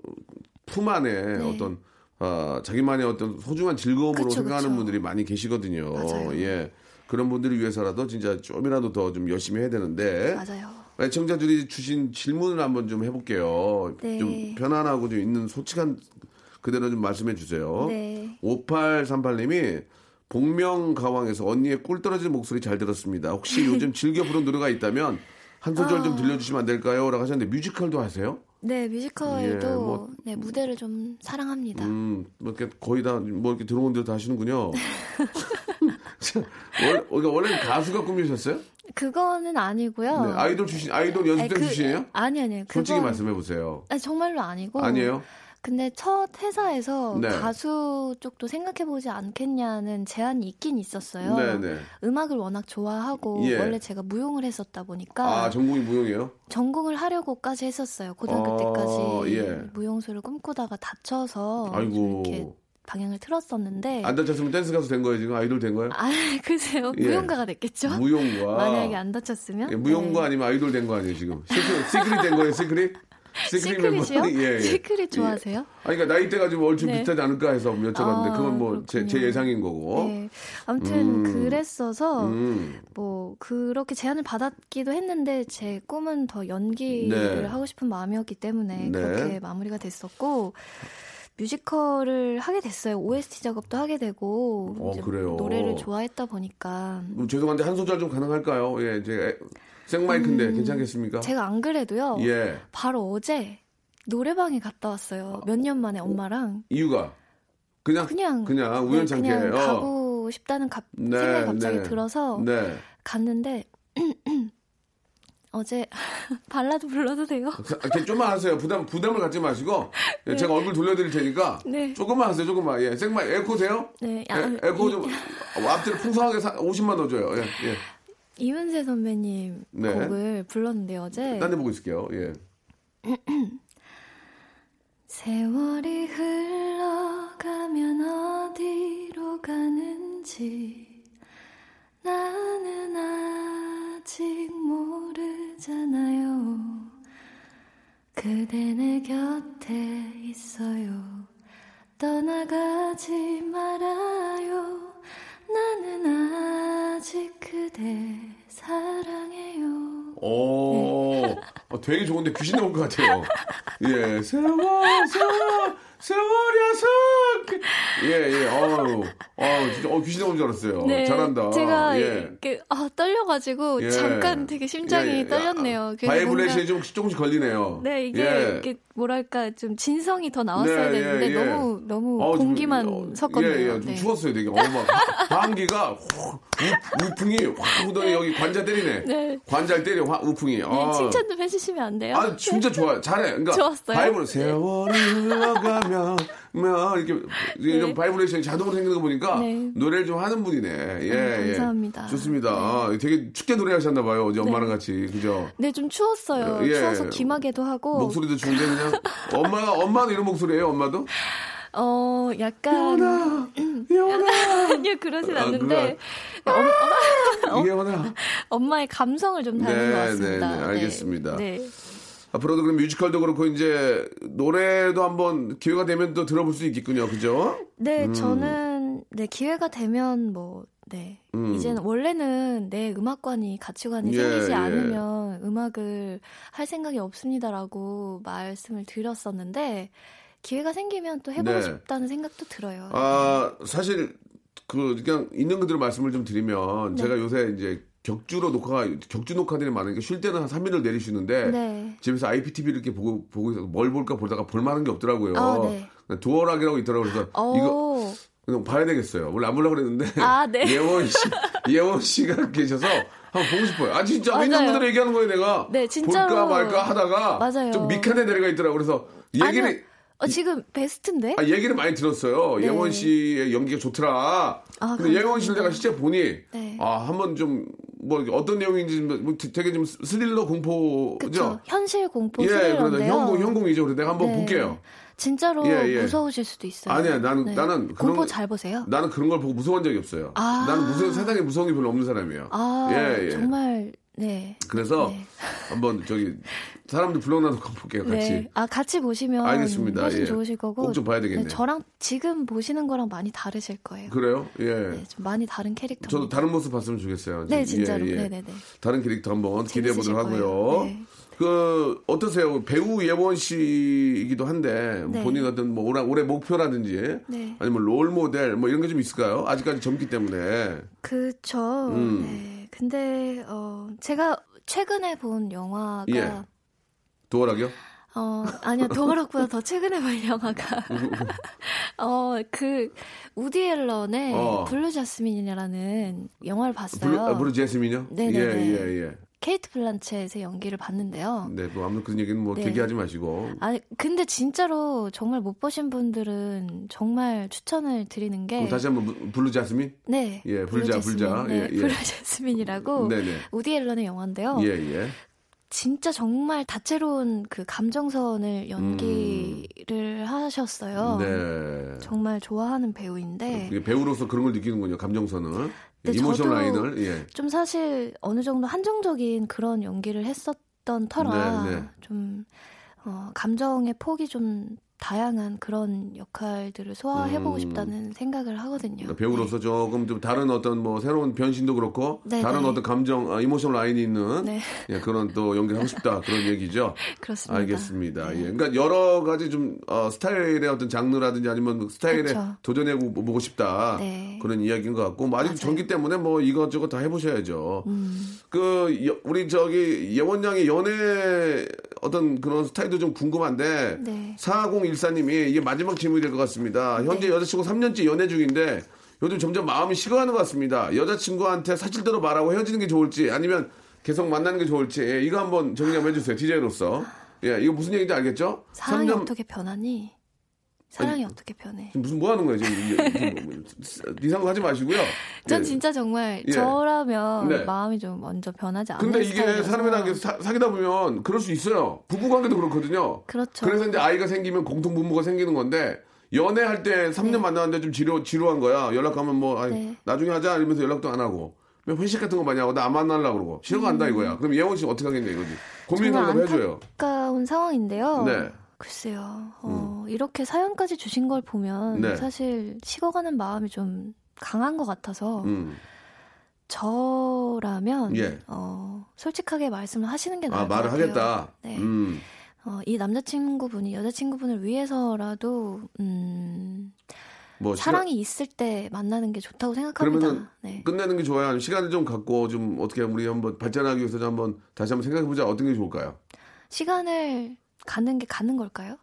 [SPEAKER 3] 품 안에
[SPEAKER 6] 네.
[SPEAKER 3] 어떤 아, 자기만의 어떤 소중한 즐거움으로
[SPEAKER 6] 그쵸,
[SPEAKER 3] 생각하는
[SPEAKER 6] 그쵸.
[SPEAKER 3] 분들이 많이 계시거든요.
[SPEAKER 6] 맞아요.
[SPEAKER 3] 예. 그런 분들을 위해서라도 진짜 좀이라도 더 좀 열심히 해야 되는데
[SPEAKER 6] 맞아요.
[SPEAKER 3] 청자들이 주신 질문을 한번 좀 해볼게요.
[SPEAKER 6] 네.
[SPEAKER 3] 좀 편안하고 좀 있는 솔직한 그대로 좀 말씀해 주세요.
[SPEAKER 6] 네.
[SPEAKER 3] 5838님이 복명가왕에서 언니의 꿀 떨어지는 목소리 잘 들었습니다.
[SPEAKER 6] *laughs*
[SPEAKER 3] 혹시 요즘 즐겨 부른 노래가 있다면 한 소절
[SPEAKER 6] 아.
[SPEAKER 3] 좀 들려주시면 안 될까요? 라고 하셨는데 뮤지컬도 하세요?
[SPEAKER 6] 네, 뮤지컬도
[SPEAKER 3] 예, 뭐-
[SPEAKER 6] 네, 무대를 좀 사랑합니다.
[SPEAKER 3] 음, 뭐 이렇게 거의 다 뭐 이렇게 들어온 대로 다
[SPEAKER 6] *laughs*
[SPEAKER 3] 하시는군요. 참, 원- 그러니까 원래 가수가 꿈이셨어요? 네,
[SPEAKER 6] 그거는 아니고요.
[SPEAKER 3] 아이돌 출신, 아이돌 연습생
[SPEAKER 6] 어. 아니, 그-
[SPEAKER 3] 출신이에요?
[SPEAKER 6] 아니 아니요.
[SPEAKER 3] 솔직히
[SPEAKER 6] 그건- 어.
[SPEAKER 3] 말씀해 보세요.
[SPEAKER 6] 아니, 정말로 아니고.
[SPEAKER 3] 아니에요?
[SPEAKER 6] 근데 첫 회사에서
[SPEAKER 3] 네.
[SPEAKER 6] 가수 쪽도 생각해 보지 않겠냐는 제안이 있긴 있었어요.
[SPEAKER 3] 네, 네.
[SPEAKER 6] 음악을 워낙 좋아하고
[SPEAKER 3] 예.
[SPEAKER 6] 원래 제가 무용을 했었다 보니까
[SPEAKER 3] 아, 전공이 무용이에요?
[SPEAKER 6] 전공을 하려고까지 했었어요. 고등학교
[SPEAKER 3] 아,
[SPEAKER 6] 때까지
[SPEAKER 3] 예.
[SPEAKER 6] 무용수를 꿈꾸다가 다쳐서 좀 어, 이렇게
[SPEAKER 3] 아이고.
[SPEAKER 6] 방향을 틀었었는데
[SPEAKER 3] 안 다쳤으면 댄스 가수 된 거예요, 지금? 아이돌 된 거예요?
[SPEAKER 6] 아, *laughs* 글쎄요.
[SPEAKER 3] 예.
[SPEAKER 6] 무용가가 됐겠죠?
[SPEAKER 3] 무용과.
[SPEAKER 6] 만약에 안 다쳤으면
[SPEAKER 3] 예, 무용과
[SPEAKER 6] 네.
[SPEAKER 3] 아니면 아이돌 된 거 아니에요 지금? 시크릿, 시크릿 된 거예요 시크릿?
[SPEAKER 6] 시크릿이요?
[SPEAKER 3] 멤버?
[SPEAKER 6] *laughs*
[SPEAKER 3] 예, 예.
[SPEAKER 6] 시크릿 좋아하세요?
[SPEAKER 3] 예. 아니 그러니까 나이대가 좀 얼추
[SPEAKER 6] 네.
[SPEAKER 3] 비슷하지 않을까 해서 여쭤봤는데
[SPEAKER 6] 아,
[SPEAKER 3] 그건 뭐 제
[SPEAKER 6] 그렇군요.
[SPEAKER 3] 예상인 거고.
[SPEAKER 6] 네. 아무튼
[SPEAKER 3] 어? 음.
[SPEAKER 6] 그랬어서
[SPEAKER 3] 음.
[SPEAKER 6] 뭐 그렇게 제안을 받았기도 했는데 제 꿈은 더 연기를
[SPEAKER 3] 네.
[SPEAKER 6] 하고 싶은 마음이었기 때문에
[SPEAKER 3] 네.
[SPEAKER 6] 그렇게 마무리가 됐었고 뮤지컬을 하게 됐어요. OST 작업도 하게 되고
[SPEAKER 3] 어,
[SPEAKER 6] 이제
[SPEAKER 3] 그래요?
[SPEAKER 6] 노래를 좋아했다 보니까
[SPEAKER 3] 그럼 뭐 죄송한데 한 소절 좀 가능할까요? 예, 제 생마이크인데 괜찮겠습니까?
[SPEAKER 6] 음, 제가 어. 안 그래도요.
[SPEAKER 3] 예,
[SPEAKER 6] 바로 어제 노래방에 갔다 왔어요. 몇 년 만에 엄마랑
[SPEAKER 3] 이유가 그냥
[SPEAKER 6] 그냥
[SPEAKER 3] 그냥
[SPEAKER 6] 네,
[SPEAKER 3] 우연찮게.
[SPEAKER 6] 그냥
[SPEAKER 3] 어.
[SPEAKER 6] 가고 싶다는 갑-
[SPEAKER 3] 네,
[SPEAKER 6] 생각이 갑자기
[SPEAKER 3] 네.
[SPEAKER 6] 들어서
[SPEAKER 3] 네.
[SPEAKER 6] 갔는데 *clears throat* 어제 *laughs* 발라드 불러도 돼요?
[SPEAKER 3] 자, 이렇게 아, 좀만 하세요. 부담 부담을 갖지 마시고 예, 제가 얼굴 돌려드릴 테니까
[SPEAKER 6] 네.
[SPEAKER 3] 조금만 하세요. 조금만. 예, 생마 에코세요?
[SPEAKER 6] 네, 아,
[SPEAKER 3] 에, 에코
[SPEAKER 6] 이-
[SPEAKER 3] 좀 어, 앞뒤로 풍성하게 사, 50만 넣어줘요. 예, 예.
[SPEAKER 6] 이문세 선배님
[SPEAKER 3] 네.
[SPEAKER 6] 곡을 불렀는데 어제
[SPEAKER 3] 딴 데 보고 있을게요. 예.
[SPEAKER 6] 세월이 흘러가면 어디로 가는지 나는 아직 모르잖아요. 그대 내 곁에 있어요. 떠나가지 말아요. 나는 아직 그대 사랑해요.
[SPEAKER 3] 오,
[SPEAKER 6] 네.
[SPEAKER 3] 어, 되게 좋은데 귀신 나올 것 같아요. 예, 세월, 세월, 세월이야, 세 예, 예, 어우, 어우, 진짜, 어, 귀신 나온 줄 알았어요. 잘한다.
[SPEAKER 6] 네, 제가
[SPEAKER 3] 예.
[SPEAKER 6] 이렇게 아, 떨려가지고
[SPEAKER 3] 예.
[SPEAKER 6] 잠깐 되게 심장이
[SPEAKER 3] 예, 예.
[SPEAKER 6] 떨렸네요.
[SPEAKER 3] 아,
[SPEAKER 6] 그래서
[SPEAKER 3] 바이브레이션이
[SPEAKER 6] 뭔가-
[SPEAKER 3] 좀, 조금씩 걸리네요.
[SPEAKER 6] 네 이게
[SPEAKER 3] 예.
[SPEAKER 6] 이렇게 뭐랄까 좀 진성이 더 나왔어야
[SPEAKER 3] 네, 예,
[SPEAKER 6] 되는데
[SPEAKER 3] 예.
[SPEAKER 6] 너무 너무
[SPEAKER 3] 어우, 좀,
[SPEAKER 6] 공기만
[SPEAKER 3] 어,
[SPEAKER 6] 섞었네요.
[SPEAKER 3] 예, 예, 좀
[SPEAKER 6] 네.
[SPEAKER 3] 추웠어요, 되게. 어, 막, 방귀가 확, 우- 우풍이 확 오더니 여기 관자 때리네.
[SPEAKER 6] 네.
[SPEAKER 3] 관자를 때려, 확 우풍이.
[SPEAKER 6] 네,
[SPEAKER 3] 아.
[SPEAKER 6] 칭찬 좀 해주시면 안 돼요? 네.
[SPEAKER 3] 아 진짜 좋아요. 잘해. 그러니까
[SPEAKER 6] 좋았어요? 네.
[SPEAKER 3] 바이브로 세월이 흘러가면 면
[SPEAKER 6] *laughs*
[SPEAKER 3] 이렇게 이런 바이브레이션이 자동으로 생기는 거 보니까
[SPEAKER 6] 네.
[SPEAKER 3] 노래를 좀 하는 분이네. 예,
[SPEAKER 6] 아,
[SPEAKER 3] 예.
[SPEAKER 6] 감사합니다.
[SPEAKER 3] 좋습니다. 아, 되게 춥게 노래하셨나 봐요. 어제 엄마랑 같이. 그죠?
[SPEAKER 6] 네, 좀 추웠어요.
[SPEAKER 3] 예.
[SPEAKER 6] 추워서 귀마개도 하고
[SPEAKER 3] 목소리도 좋은데 그냥 엄마가 엄마도 이런 목소리예요. 엄마도?
[SPEAKER 6] 어 네. 약간
[SPEAKER 3] 예원아.
[SPEAKER 6] *laughs* 아니요 그러진
[SPEAKER 3] 아,
[SPEAKER 6] 않는데
[SPEAKER 3] 예원아.
[SPEAKER 6] 엄마의 감성을 좀 닮은
[SPEAKER 3] 네,
[SPEAKER 6] 것 같습니다.
[SPEAKER 3] 네, 네, 알겠습니다.
[SPEAKER 6] 네. 네.
[SPEAKER 3] 앞으로도 그럼 뮤지컬도 그렇고 이제 노래도 한번 기회가 되면 또 들어볼 수 있겠군요. 그죠?
[SPEAKER 6] 네,
[SPEAKER 3] 음.
[SPEAKER 6] 저는 네 기회가 되면 뭐 네.
[SPEAKER 3] 음.
[SPEAKER 6] 이제는 원래는 내 음악관이 가치관이
[SPEAKER 3] 예,
[SPEAKER 6] 생기지
[SPEAKER 3] 예.
[SPEAKER 6] 않으면 음악을 할 생각이 없습니다라고 말씀을 드렸었는데 기회가 생기면 또 해보고
[SPEAKER 3] 네.
[SPEAKER 6] 싶다는 생각도 들어요.
[SPEAKER 3] 아 사실 그 그냥 있는 그대로 말씀을 좀 드리면
[SPEAKER 6] 네.
[SPEAKER 3] 제가 요새 이제 격주로 녹화가 격주 녹화들이 많으니까 쉴 때는 한 3일을 내리시는데
[SPEAKER 6] 네.
[SPEAKER 3] 집에서 IPTV 이렇게 보고 보고 있어서 뭘 볼까 보다가 볼 만한 게 없더라고요.
[SPEAKER 6] 아, 네.
[SPEAKER 3] 그냥 도어락이라고 있더라고요. 그래서 이거
[SPEAKER 6] 오.
[SPEAKER 3] 그냥 봐야 되겠어요. 원래 안 보려고 그랬는데
[SPEAKER 6] 아, 네.
[SPEAKER 3] *laughs* 예원 씨 예원 씨가 계셔서 한번 보고 싶어요. 아 진짜 있는
[SPEAKER 6] 맞아요.
[SPEAKER 3] 그대로 얘기하는 거예요, 내가.
[SPEAKER 6] 네, 진짜로.
[SPEAKER 3] 볼까 말까 하다가
[SPEAKER 6] 맞아요.
[SPEAKER 3] 좀 미칸에 내려가 있더라고. 요 그래서 얘기를
[SPEAKER 6] 아니요. 어, 지금 베스트인데?
[SPEAKER 3] 아, 얘기를 많이 들었어요. 예원 씨의 연기가 좋더라.
[SPEAKER 6] 아,
[SPEAKER 3] 근데 예원
[SPEAKER 6] 감사합니다.
[SPEAKER 3] 씨를 내가 실제 보니
[SPEAKER 6] 네.
[SPEAKER 3] 아 한번 좀 뭐 어떤 내용인지 뭐 되게 좀 스릴러
[SPEAKER 6] 그렇죠.
[SPEAKER 3] 공포죠.
[SPEAKER 6] 현실 공포
[SPEAKER 3] 예, 그래서
[SPEAKER 6] 뭐 스릴러인데요.
[SPEAKER 3] 형공 형공이죠. 그래서 내가 한번
[SPEAKER 6] 네.
[SPEAKER 3] 볼게요.
[SPEAKER 6] 진짜로
[SPEAKER 3] 예, 예.
[SPEAKER 6] 무서우실 수도 있어요. 네.
[SPEAKER 3] 아니야, 나는- 나는 그런
[SPEAKER 6] 공포
[SPEAKER 3] 거- 네.
[SPEAKER 6] 잘 보세요.
[SPEAKER 3] 나는 그런 걸 보고 무서운 적이 없어요.
[SPEAKER 6] 아.
[SPEAKER 3] 나는 무서운 세상에 무서운 게 별로 없는 사람이에요.
[SPEAKER 6] 아,
[SPEAKER 3] 예, 예.
[SPEAKER 6] 정말 네.
[SPEAKER 3] 그래서
[SPEAKER 6] 네.
[SPEAKER 3] 한번 저기 사람들 불러놔서 가볼게요, 같이.
[SPEAKER 6] 네. 아, 같이 보시면
[SPEAKER 3] 알겠습니다.
[SPEAKER 6] 훨씬
[SPEAKER 3] 예.
[SPEAKER 6] 좋으실 거고.
[SPEAKER 3] 꼭좀 봐야 되겠네요.
[SPEAKER 6] 저랑 지금 보시는 거랑 많이 다르실 거예요.
[SPEAKER 3] 그래요? 예.
[SPEAKER 6] 네, 좀 많이 다른 캐릭터.
[SPEAKER 3] 저도 다른 모습 봤으면 좋겠어요.
[SPEAKER 6] 네,
[SPEAKER 3] 예,
[SPEAKER 6] 진짜로.
[SPEAKER 3] 예.
[SPEAKER 6] 네, 네, 네.
[SPEAKER 3] 다른 캐릭터 한번 기대해 보도록
[SPEAKER 6] 재밌으실
[SPEAKER 3] 하고요.
[SPEAKER 6] 거예요. 네.
[SPEAKER 3] 그 어떠세요? 배우 예원 씨이기도 한데
[SPEAKER 6] 네.
[SPEAKER 3] 본인 어떤 뭐 올해, 올해 목표라든지
[SPEAKER 6] 네.
[SPEAKER 3] 아니면 롤 모델 뭐 이런 게 좀 있을까요? 아직까지 젊기 때문에
[SPEAKER 6] 그쵸.
[SPEAKER 3] 음.
[SPEAKER 6] 네. 근데 어 제가 최근에 본 영화가
[SPEAKER 3] 예. 도어락이요?
[SPEAKER 6] 어 아니요 도그락보다 더 최근에 본
[SPEAKER 3] *laughs*
[SPEAKER 6] 영화가 어 그 우디 앨런의
[SPEAKER 3] 어.
[SPEAKER 6] 블루 자스민이라는 영화를 봤어요.
[SPEAKER 3] 블루, 아, 블루 제스민요?
[SPEAKER 6] 네네네.
[SPEAKER 3] 예예 예.
[SPEAKER 6] 케이트 블란쳇의 연기를 봤는데요.
[SPEAKER 3] 네, 뭐 아무튼 그런 얘기는 뭐
[SPEAKER 6] 네.
[SPEAKER 3] 얘기하지 마시고.
[SPEAKER 6] 아 근데 진짜로 정말 못 보신 분들은 정말 추천을 드리는 게
[SPEAKER 3] 그럼 다시 한번 부- 블루 제스민?
[SPEAKER 6] 네,
[SPEAKER 3] 예,
[SPEAKER 6] 블루
[SPEAKER 3] 불자,
[SPEAKER 6] 자스민,
[SPEAKER 3] 불자.
[SPEAKER 6] 네,
[SPEAKER 3] 예, 예.
[SPEAKER 6] *laughs* 블루 자스민이라고 어.
[SPEAKER 3] 네네.
[SPEAKER 6] 우디 앨런의 영화인데요.
[SPEAKER 3] 예 예.
[SPEAKER 6] 진짜 정말 다채로운 그 감정선을 연기를 하셨어요.
[SPEAKER 3] 음. 네.
[SPEAKER 6] 정말 좋아하는 배우인데
[SPEAKER 3] 예, 배우로서 그런 걸 느끼는군요. 감정선을,
[SPEAKER 6] 네,
[SPEAKER 3] 이모션
[SPEAKER 6] 저도
[SPEAKER 3] 라인을. 예.
[SPEAKER 6] 좀 사실 어느 정도 한정적인 그런 연기를 했었던 터라
[SPEAKER 3] 네, 네.
[SPEAKER 6] 좀 어, 감정의 폭이 좀 다양한 그런 역할들을 소화해보고
[SPEAKER 3] 음.
[SPEAKER 6] 싶다는 생각을 하거든요.
[SPEAKER 3] 그러니까 배우로서 조금 좀 다른 어떤 뭐 새로운 변신도 그렇고
[SPEAKER 6] 네,
[SPEAKER 3] 다른
[SPEAKER 6] 네.
[SPEAKER 3] 어떤 감정 아, 이모션 라인이 있는
[SPEAKER 6] 네.
[SPEAKER 3] 예, 그런 또 연기를 하고
[SPEAKER 6] *laughs*
[SPEAKER 3] 싶다 그런 얘기죠.
[SPEAKER 6] 네, 그렇습니다. 네.
[SPEAKER 3] 알겠습니다. 예. 그러니까 여러 가지 좀 어, 스타일의 어떤 장르라든지 아니면 뭐 스타일에
[SPEAKER 6] 그쵸.
[SPEAKER 3] 도전해 보- 보고 싶다
[SPEAKER 6] 네.
[SPEAKER 3] 그런 이야기인 것 같고 뭐 아직 전기 때문에 뭐 이것저것 다 해보셔야죠.
[SPEAKER 6] 음.
[SPEAKER 3] 그 여- 우리 저기 예원 양의 연애 어떤 그런 스타일도 좀 궁금한데
[SPEAKER 6] 네.
[SPEAKER 3] 4014님이 이게 마지막 질문이 될 것 같습니다. 현재 여자친구 3년째 연애 중인데 요즘 점점 마음이 식어가는 것 같습니다. 여자친구한테 사실대로 말하고 헤어지는 게 좋을지 아니면 계속 만나는 게 좋을지 예, 이거 한번 정리 한번 해주세요. DJ로서. 예, 이거 무슨 얘기인지 알겠죠?
[SPEAKER 6] 사랑이
[SPEAKER 3] 3년
[SPEAKER 6] 어떻게 변하니? 사랑이 어떻게 변해?
[SPEAKER 3] 지금 무슨 뭐 하는 거예요 지금 *laughs* 이상거 하지 마시고요.
[SPEAKER 6] 전
[SPEAKER 3] 예.
[SPEAKER 6] 진짜 정말
[SPEAKER 3] 예.
[SPEAKER 6] 저라면
[SPEAKER 3] 네.
[SPEAKER 6] 마음이 좀 먼저 변하지 않는
[SPEAKER 3] 근데 이게
[SPEAKER 6] 스타일이라서.
[SPEAKER 3] 사람이랑 이렇게 사- 사귀다 보면 그럴 수 있어요. 부부 관계도 그렇거든요.
[SPEAKER 6] 그렇죠.
[SPEAKER 3] 그래서 이제 아이가 생기면 공통 부모가 생기는 건데 연애할 때 3년 만났는데 좀 지루 지루한 거야. 연락하면 뭐 아이,
[SPEAKER 6] 네.
[SPEAKER 3] 나중에 하자 이러면서 연락도 안 하고 왜 회식 같은 거 많이 하고 나 안 만나려고 그러고 싫어 간다 이거야. 그럼 예원 씨 어떻게 하겠냐 이거지. 고민
[SPEAKER 6] 음. 정말
[SPEAKER 3] 상담 해줘요.
[SPEAKER 6] 안타까운 상황인데요.
[SPEAKER 3] 네.
[SPEAKER 6] 글쎄요. 어, 이렇게 사연까지 주신 걸 보면
[SPEAKER 3] 음. 네.
[SPEAKER 6] 사실 식어가는 마음이 좀 강한 것 같아서
[SPEAKER 3] 음.
[SPEAKER 6] 저라면
[SPEAKER 3] 예.
[SPEAKER 6] 어, 솔직하게 말씀을 하시는 게 나을
[SPEAKER 3] 아
[SPEAKER 6] 것
[SPEAKER 3] 말을
[SPEAKER 6] 같아요.
[SPEAKER 3] 하겠다.
[SPEAKER 6] 네.
[SPEAKER 3] 음.
[SPEAKER 6] 어, 이 남자친구분이 여자친구분을 위해서라도 음,
[SPEAKER 3] 뭐 시간-
[SPEAKER 6] 사랑이 있을 때 만나는 게 좋다고 생각합니다.
[SPEAKER 3] 그러면은
[SPEAKER 6] 네.
[SPEAKER 3] 끝내는 게 좋아요. 아니면 시간을 좀 갖고 좀 어떻게 우리 한번 발전하기 위해서 좀 한번 다시 한번 생각해 보자. 어떤 게 좋을까요?
[SPEAKER 6] 시간을 가는 게 가는 걸까요?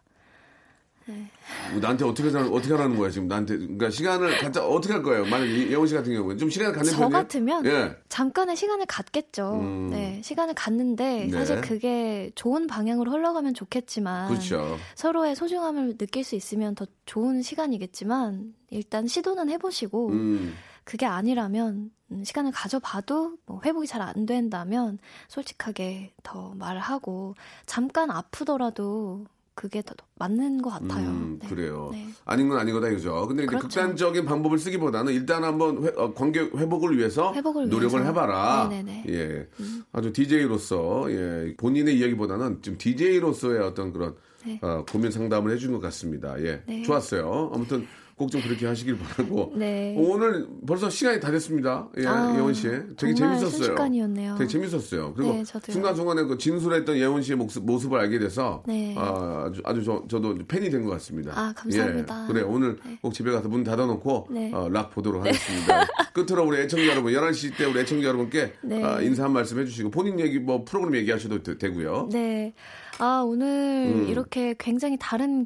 [SPEAKER 3] 뭐 나한테 어떻게 하자- 어떻게 하라는 거야 지금 나한테 그러니까 시간을 갖자 어떻게 할 거예요? 만약 에 예원 씨 같은 경우는 좀 시간을 갖는
[SPEAKER 6] 저
[SPEAKER 3] 편이에요.
[SPEAKER 6] 같으면
[SPEAKER 3] 예.
[SPEAKER 6] 잠깐의 시간을 갖겠죠.
[SPEAKER 3] 음.
[SPEAKER 6] 네, 시간을 갖는데
[SPEAKER 3] 네.
[SPEAKER 6] 사실 그게 좋은 방향으로 흘러가면 좋겠지만
[SPEAKER 3] 그렇죠.
[SPEAKER 6] 서로의 소중함을 느낄 수 있으면 더 좋은 시간이겠지만 일단 시도는 해보시고
[SPEAKER 3] 음.
[SPEAKER 6] 그게 아니라면 음, 시간을 가져봐도 뭐 회복이 잘 안 된다면 솔직하게 더 말하고 잠깐 아프더라도 그게 더 맞는 것 같아요.
[SPEAKER 3] 음, 그래요.
[SPEAKER 6] 네.
[SPEAKER 3] 아닌 건 아니거다 이거죠. 근데 이제
[SPEAKER 6] 그렇죠.
[SPEAKER 3] 극단적인 방법을 쓰기보다는 일단 한번 회- 어, 관계 회복을 위해서
[SPEAKER 6] 회복을
[SPEAKER 3] 노력을
[SPEAKER 6] 위해서.
[SPEAKER 3] 해봐라.
[SPEAKER 6] 네네네.
[SPEAKER 3] 예,
[SPEAKER 6] 음.
[SPEAKER 3] 아주 DJ로서 예, 본인의 이야기보다는 지금 DJ로서의 어떤 그런
[SPEAKER 6] 네.
[SPEAKER 3] 어, 고민 상담을 해주는 것 같습니다. 예,
[SPEAKER 6] 네.
[SPEAKER 3] 좋았어요. 아무튼 꼭 좀 그렇게 하시길 바라고.
[SPEAKER 6] 네.
[SPEAKER 3] 오늘 벌써 시간이 다 됐습니다. 예,
[SPEAKER 6] 아,
[SPEAKER 3] 예원 씨, 되게
[SPEAKER 6] 정말
[SPEAKER 3] 재밌었어요.
[SPEAKER 6] 순식간이었네요.
[SPEAKER 3] 되게 재밌었어요. 그리고
[SPEAKER 6] 아. 네, 저도요.
[SPEAKER 3] 순간순간에 그 진술했던 예원 씨의 모습, 모습을 알게 돼서
[SPEAKER 6] 네.
[SPEAKER 3] 아, 아주, 아주 저, 저도 이제 팬이 된 것 같습니다.
[SPEAKER 6] 아, 감사합니다.
[SPEAKER 3] 예, 그래 오늘
[SPEAKER 6] 네.
[SPEAKER 3] 꼭 집에 가서 문 닫아놓고
[SPEAKER 6] 네.
[SPEAKER 3] 어, 락 보도록 하겠습니다.
[SPEAKER 6] *laughs*
[SPEAKER 3] 끝으로 우리 애청자 여러분 11시 때 우리 애청자 여러분께
[SPEAKER 6] 네.
[SPEAKER 3] 아, 인사 한 말씀 해주시고 본인 얘기 뭐 프로그램 얘기하셔도 되, 고요
[SPEAKER 6] 네. 아, 오늘 이렇게 굉장히 다른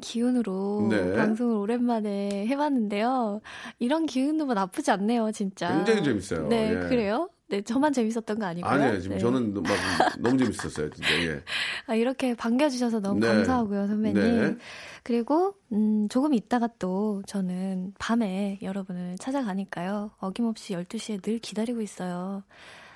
[SPEAKER 3] 음.
[SPEAKER 6] 기운으로
[SPEAKER 3] 네.
[SPEAKER 6] 방송을 오랜만에 해봤는데요. 이런 기운도 뭐 나쁘지 않네요, 진짜.
[SPEAKER 3] 굉장히 재밌어요.
[SPEAKER 6] 네,
[SPEAKER 3] 예.
[SPEAKER 6] 그래요? 네, 저만 재밌었던 거 아니고요?
[SPEAKER 3] 아니에요 지금
[SPEAKER 6] 네.
[SPEAKER 3] 저는 막 너무 재밌었어요 진짜 예.
[SPEAKER 6] 아, 이렇게 반겨주셔서 너무
[SPEAKER 3] 네.
[SPEAKER 6] 감사하고요, 선배님.
[SPEAKER 3] 네.
[SPEAKER 6] 그리고, 음, 조금 있다가 또 저는 밤에 여러분을 찾아가니까요. 어김없이 12시에 늘 기다리고 있어요.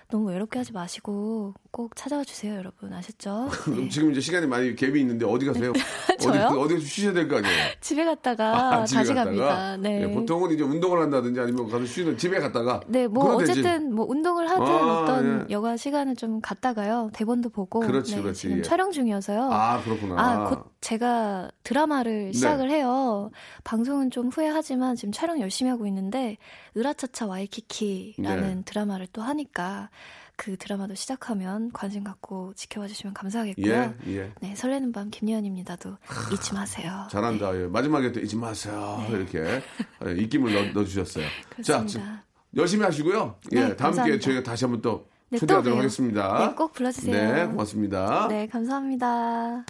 [SPEAKER 6] 너무 외롭게 하지 마시고 꼭 찾아와 주세요, 여러분.
[SPEAKER 3] *laughs*
[SPEAKER 6] 아셨죠?
[SPEAKER 3] 그럼
[SPEAKER 6] *laughs* 네.
[SPEAKER 3] 지금 이제 시간이 많이 갭이 있는데 어디 가세요? 어디
[SPEAKER 6] *laughs* 저요?
[SPEAKER 3] 어디 쉬셔야 될 거 아니에요?
[SPEAKER 6] 집에 갔다가
[SPEAKER 3] 아, 집에
[SPEAKER 6] 다시
[SPEAKER 3] 갔다가?
[SPEAKER 6] 갑니다. 네.
[SPEAKER 3] 예, 보통은 이제 운동을 한다든지 아니면 가서 쉬는 집에 갔다가
[SPEAKER 6] 네, 뭐
[SPEAKER 3] 그거 되지.
[SPEAKER 6] 어쨌든 뭐 운동을 하든
[SPEAKER 3] 아,
[SPEAKER 6] 어떤
[SPEAKER 3] 예.
[SPEAKER 6] 여가 시간을 좀 갔다가요. 대본도 보고
[SPEAKER 3] 그렇지,
[SPEAKER 6] 네,
[SPEAKER 3] 그렇지,
[SPEAKER 6] 지금
[SPEAKER 3] 예.
[SPEAKER 6] 촬영 중이어서요.
[SPEAKER 3] 아 네. 그렇구나.
[SPEAKER 6] 아, 곧 제가 드라마를 시작을 해요. 방송은 좀 후회하지만 지금 촬영 열심히 하고 있는데 으라차차 와이키키라는
[SPEAKER 3] 네.
[SPEAKER 6] 드라마를 또 하니까 그 드라마도 시작하면 관심 갖고 지켜봐 주시면 감사하겠고요.
[SPEAKER 3] 예 예.
[SPEAKER 6] 네, 설레는 밤 김예원입니다도 잊지 마세요.
[SPEAKER 3] 잘한다. 예. 마지막에 또 잊지 마세요. 이렇게 예, 입김을 넣, 넣어주셨어요.
[SPEAKER 6] 네. 그렇습니다.
[SPEAKER 3] 자, 지- 열심히 하시고요. 예,
[SPEAKER 6] 네,
[SPEAKER 3] 다음 기회에
[SPEAKER 6] 감사합니다.
[SPEAKER 3] 저희가 다시 한번 또
[SPEAKER 6] 네, 또
[SPEAKER 3] 초대하도록
[SPEAKER 6] 봬요.
[SPEAKER 3] 하겠습니다.
[SPEAKER 6] 네, 꼭 불러주세요.
[SPEAKER 3] 네, 고맙습니다.
[SPEAKER 6] 네, 감사합니다.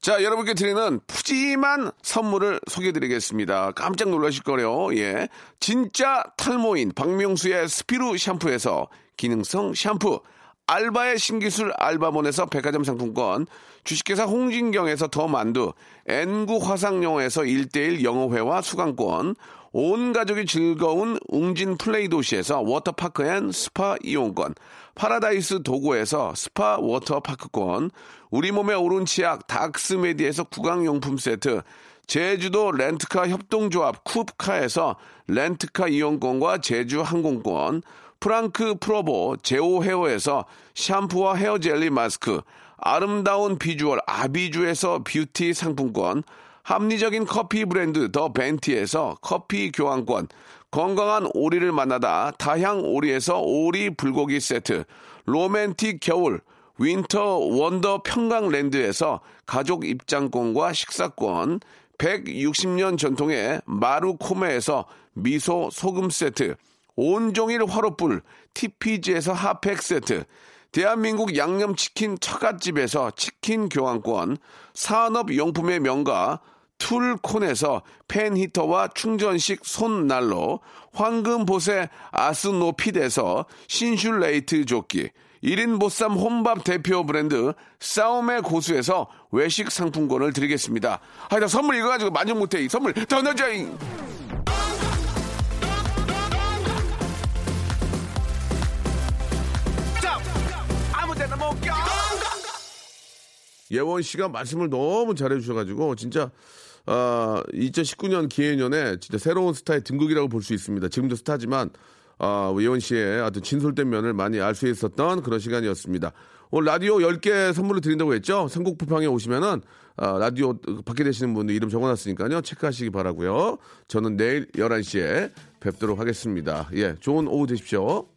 [SPEAKER 3] 자, 여러분께 드리는 푸짐한 선물을 소개드리겠습니다. 깜짝 놀라실 거래요. 예. 진짜 탈모인 박명수의 스피루 샴푸에서 기능성 샴푸. 알바의 신기술 알바몬에서 백화점 상품권. 주식회사 홍진경에서 더 만두. N구 화상영어에서 1대1 영어회화 수강권. 온 가족이 즐거운 웅진 플레이 도시에서 워터파크 앤 스파 이용권, 파라다이스 도고에서 스파 워터파크권, 우리 몸의 오른 치약 닥스메디에서 구강용품 세트, 제주도 렌트카 협동조합 쿱카에서 렌트카 이용권과 제주 항공권, 프랑크 프로보 제오 헤어에서 샴푸와 헤어 젤리 마스크, 아름다운 비주얼 아비주에서 뷰티 상품권, 합리적인 커피 브랜드 더 벤티에서 커피 교환권, 건강한 오리를 만나다 다향 오리에서 오리 불고기 세트, 로맨틱 겨울 윈터 원더 평강랜드에서 가족 입장권과 식사권, 160년 전통의 마루코메에서 미소 소금 세트, 온종일 화로불 TPG에서 핫팩 세트, 대한민국 양념치킨 처갓집에서 치킨 교환권, 산업용품의 명가 툴콘에서 팬히터와 충전식 손난로, 황금보세 아스노핏에서 신슐레이트 조끼, 1인 보쌈 혼밥 대표 브랜드 싸움의 고수에서 외식 상품권을 드리겠습니다. 하여튼 선물 이거 가지고 만족 못해. 이 선물 더 넣어줘잉!
[SPEAKER 1] 아무데나 못 껴.
[SPEAKER 3] 예원 씨가 말씀을 너무 잘해주셔가지고 진짜 아, 2019년 기해년에 진짜 새로운 스타의 등극이라고 볼 수 있습니다. 지금도 스타지만 아, 예원 씨의 어떤 진솔된 면을 많이 알 수 있었던 그런 시간이었습니다. 오늘 라디오 10개 선물로 드린다고 했죠? 삼국부팡에 오시면은 아, 라디오 받게 되시는 분들 이름 적어놨으니까요. 체크하시기 바라고요 저는 내일 11시에 뵙도록 하겠습니다. 예, 좋은 오후 되십시오.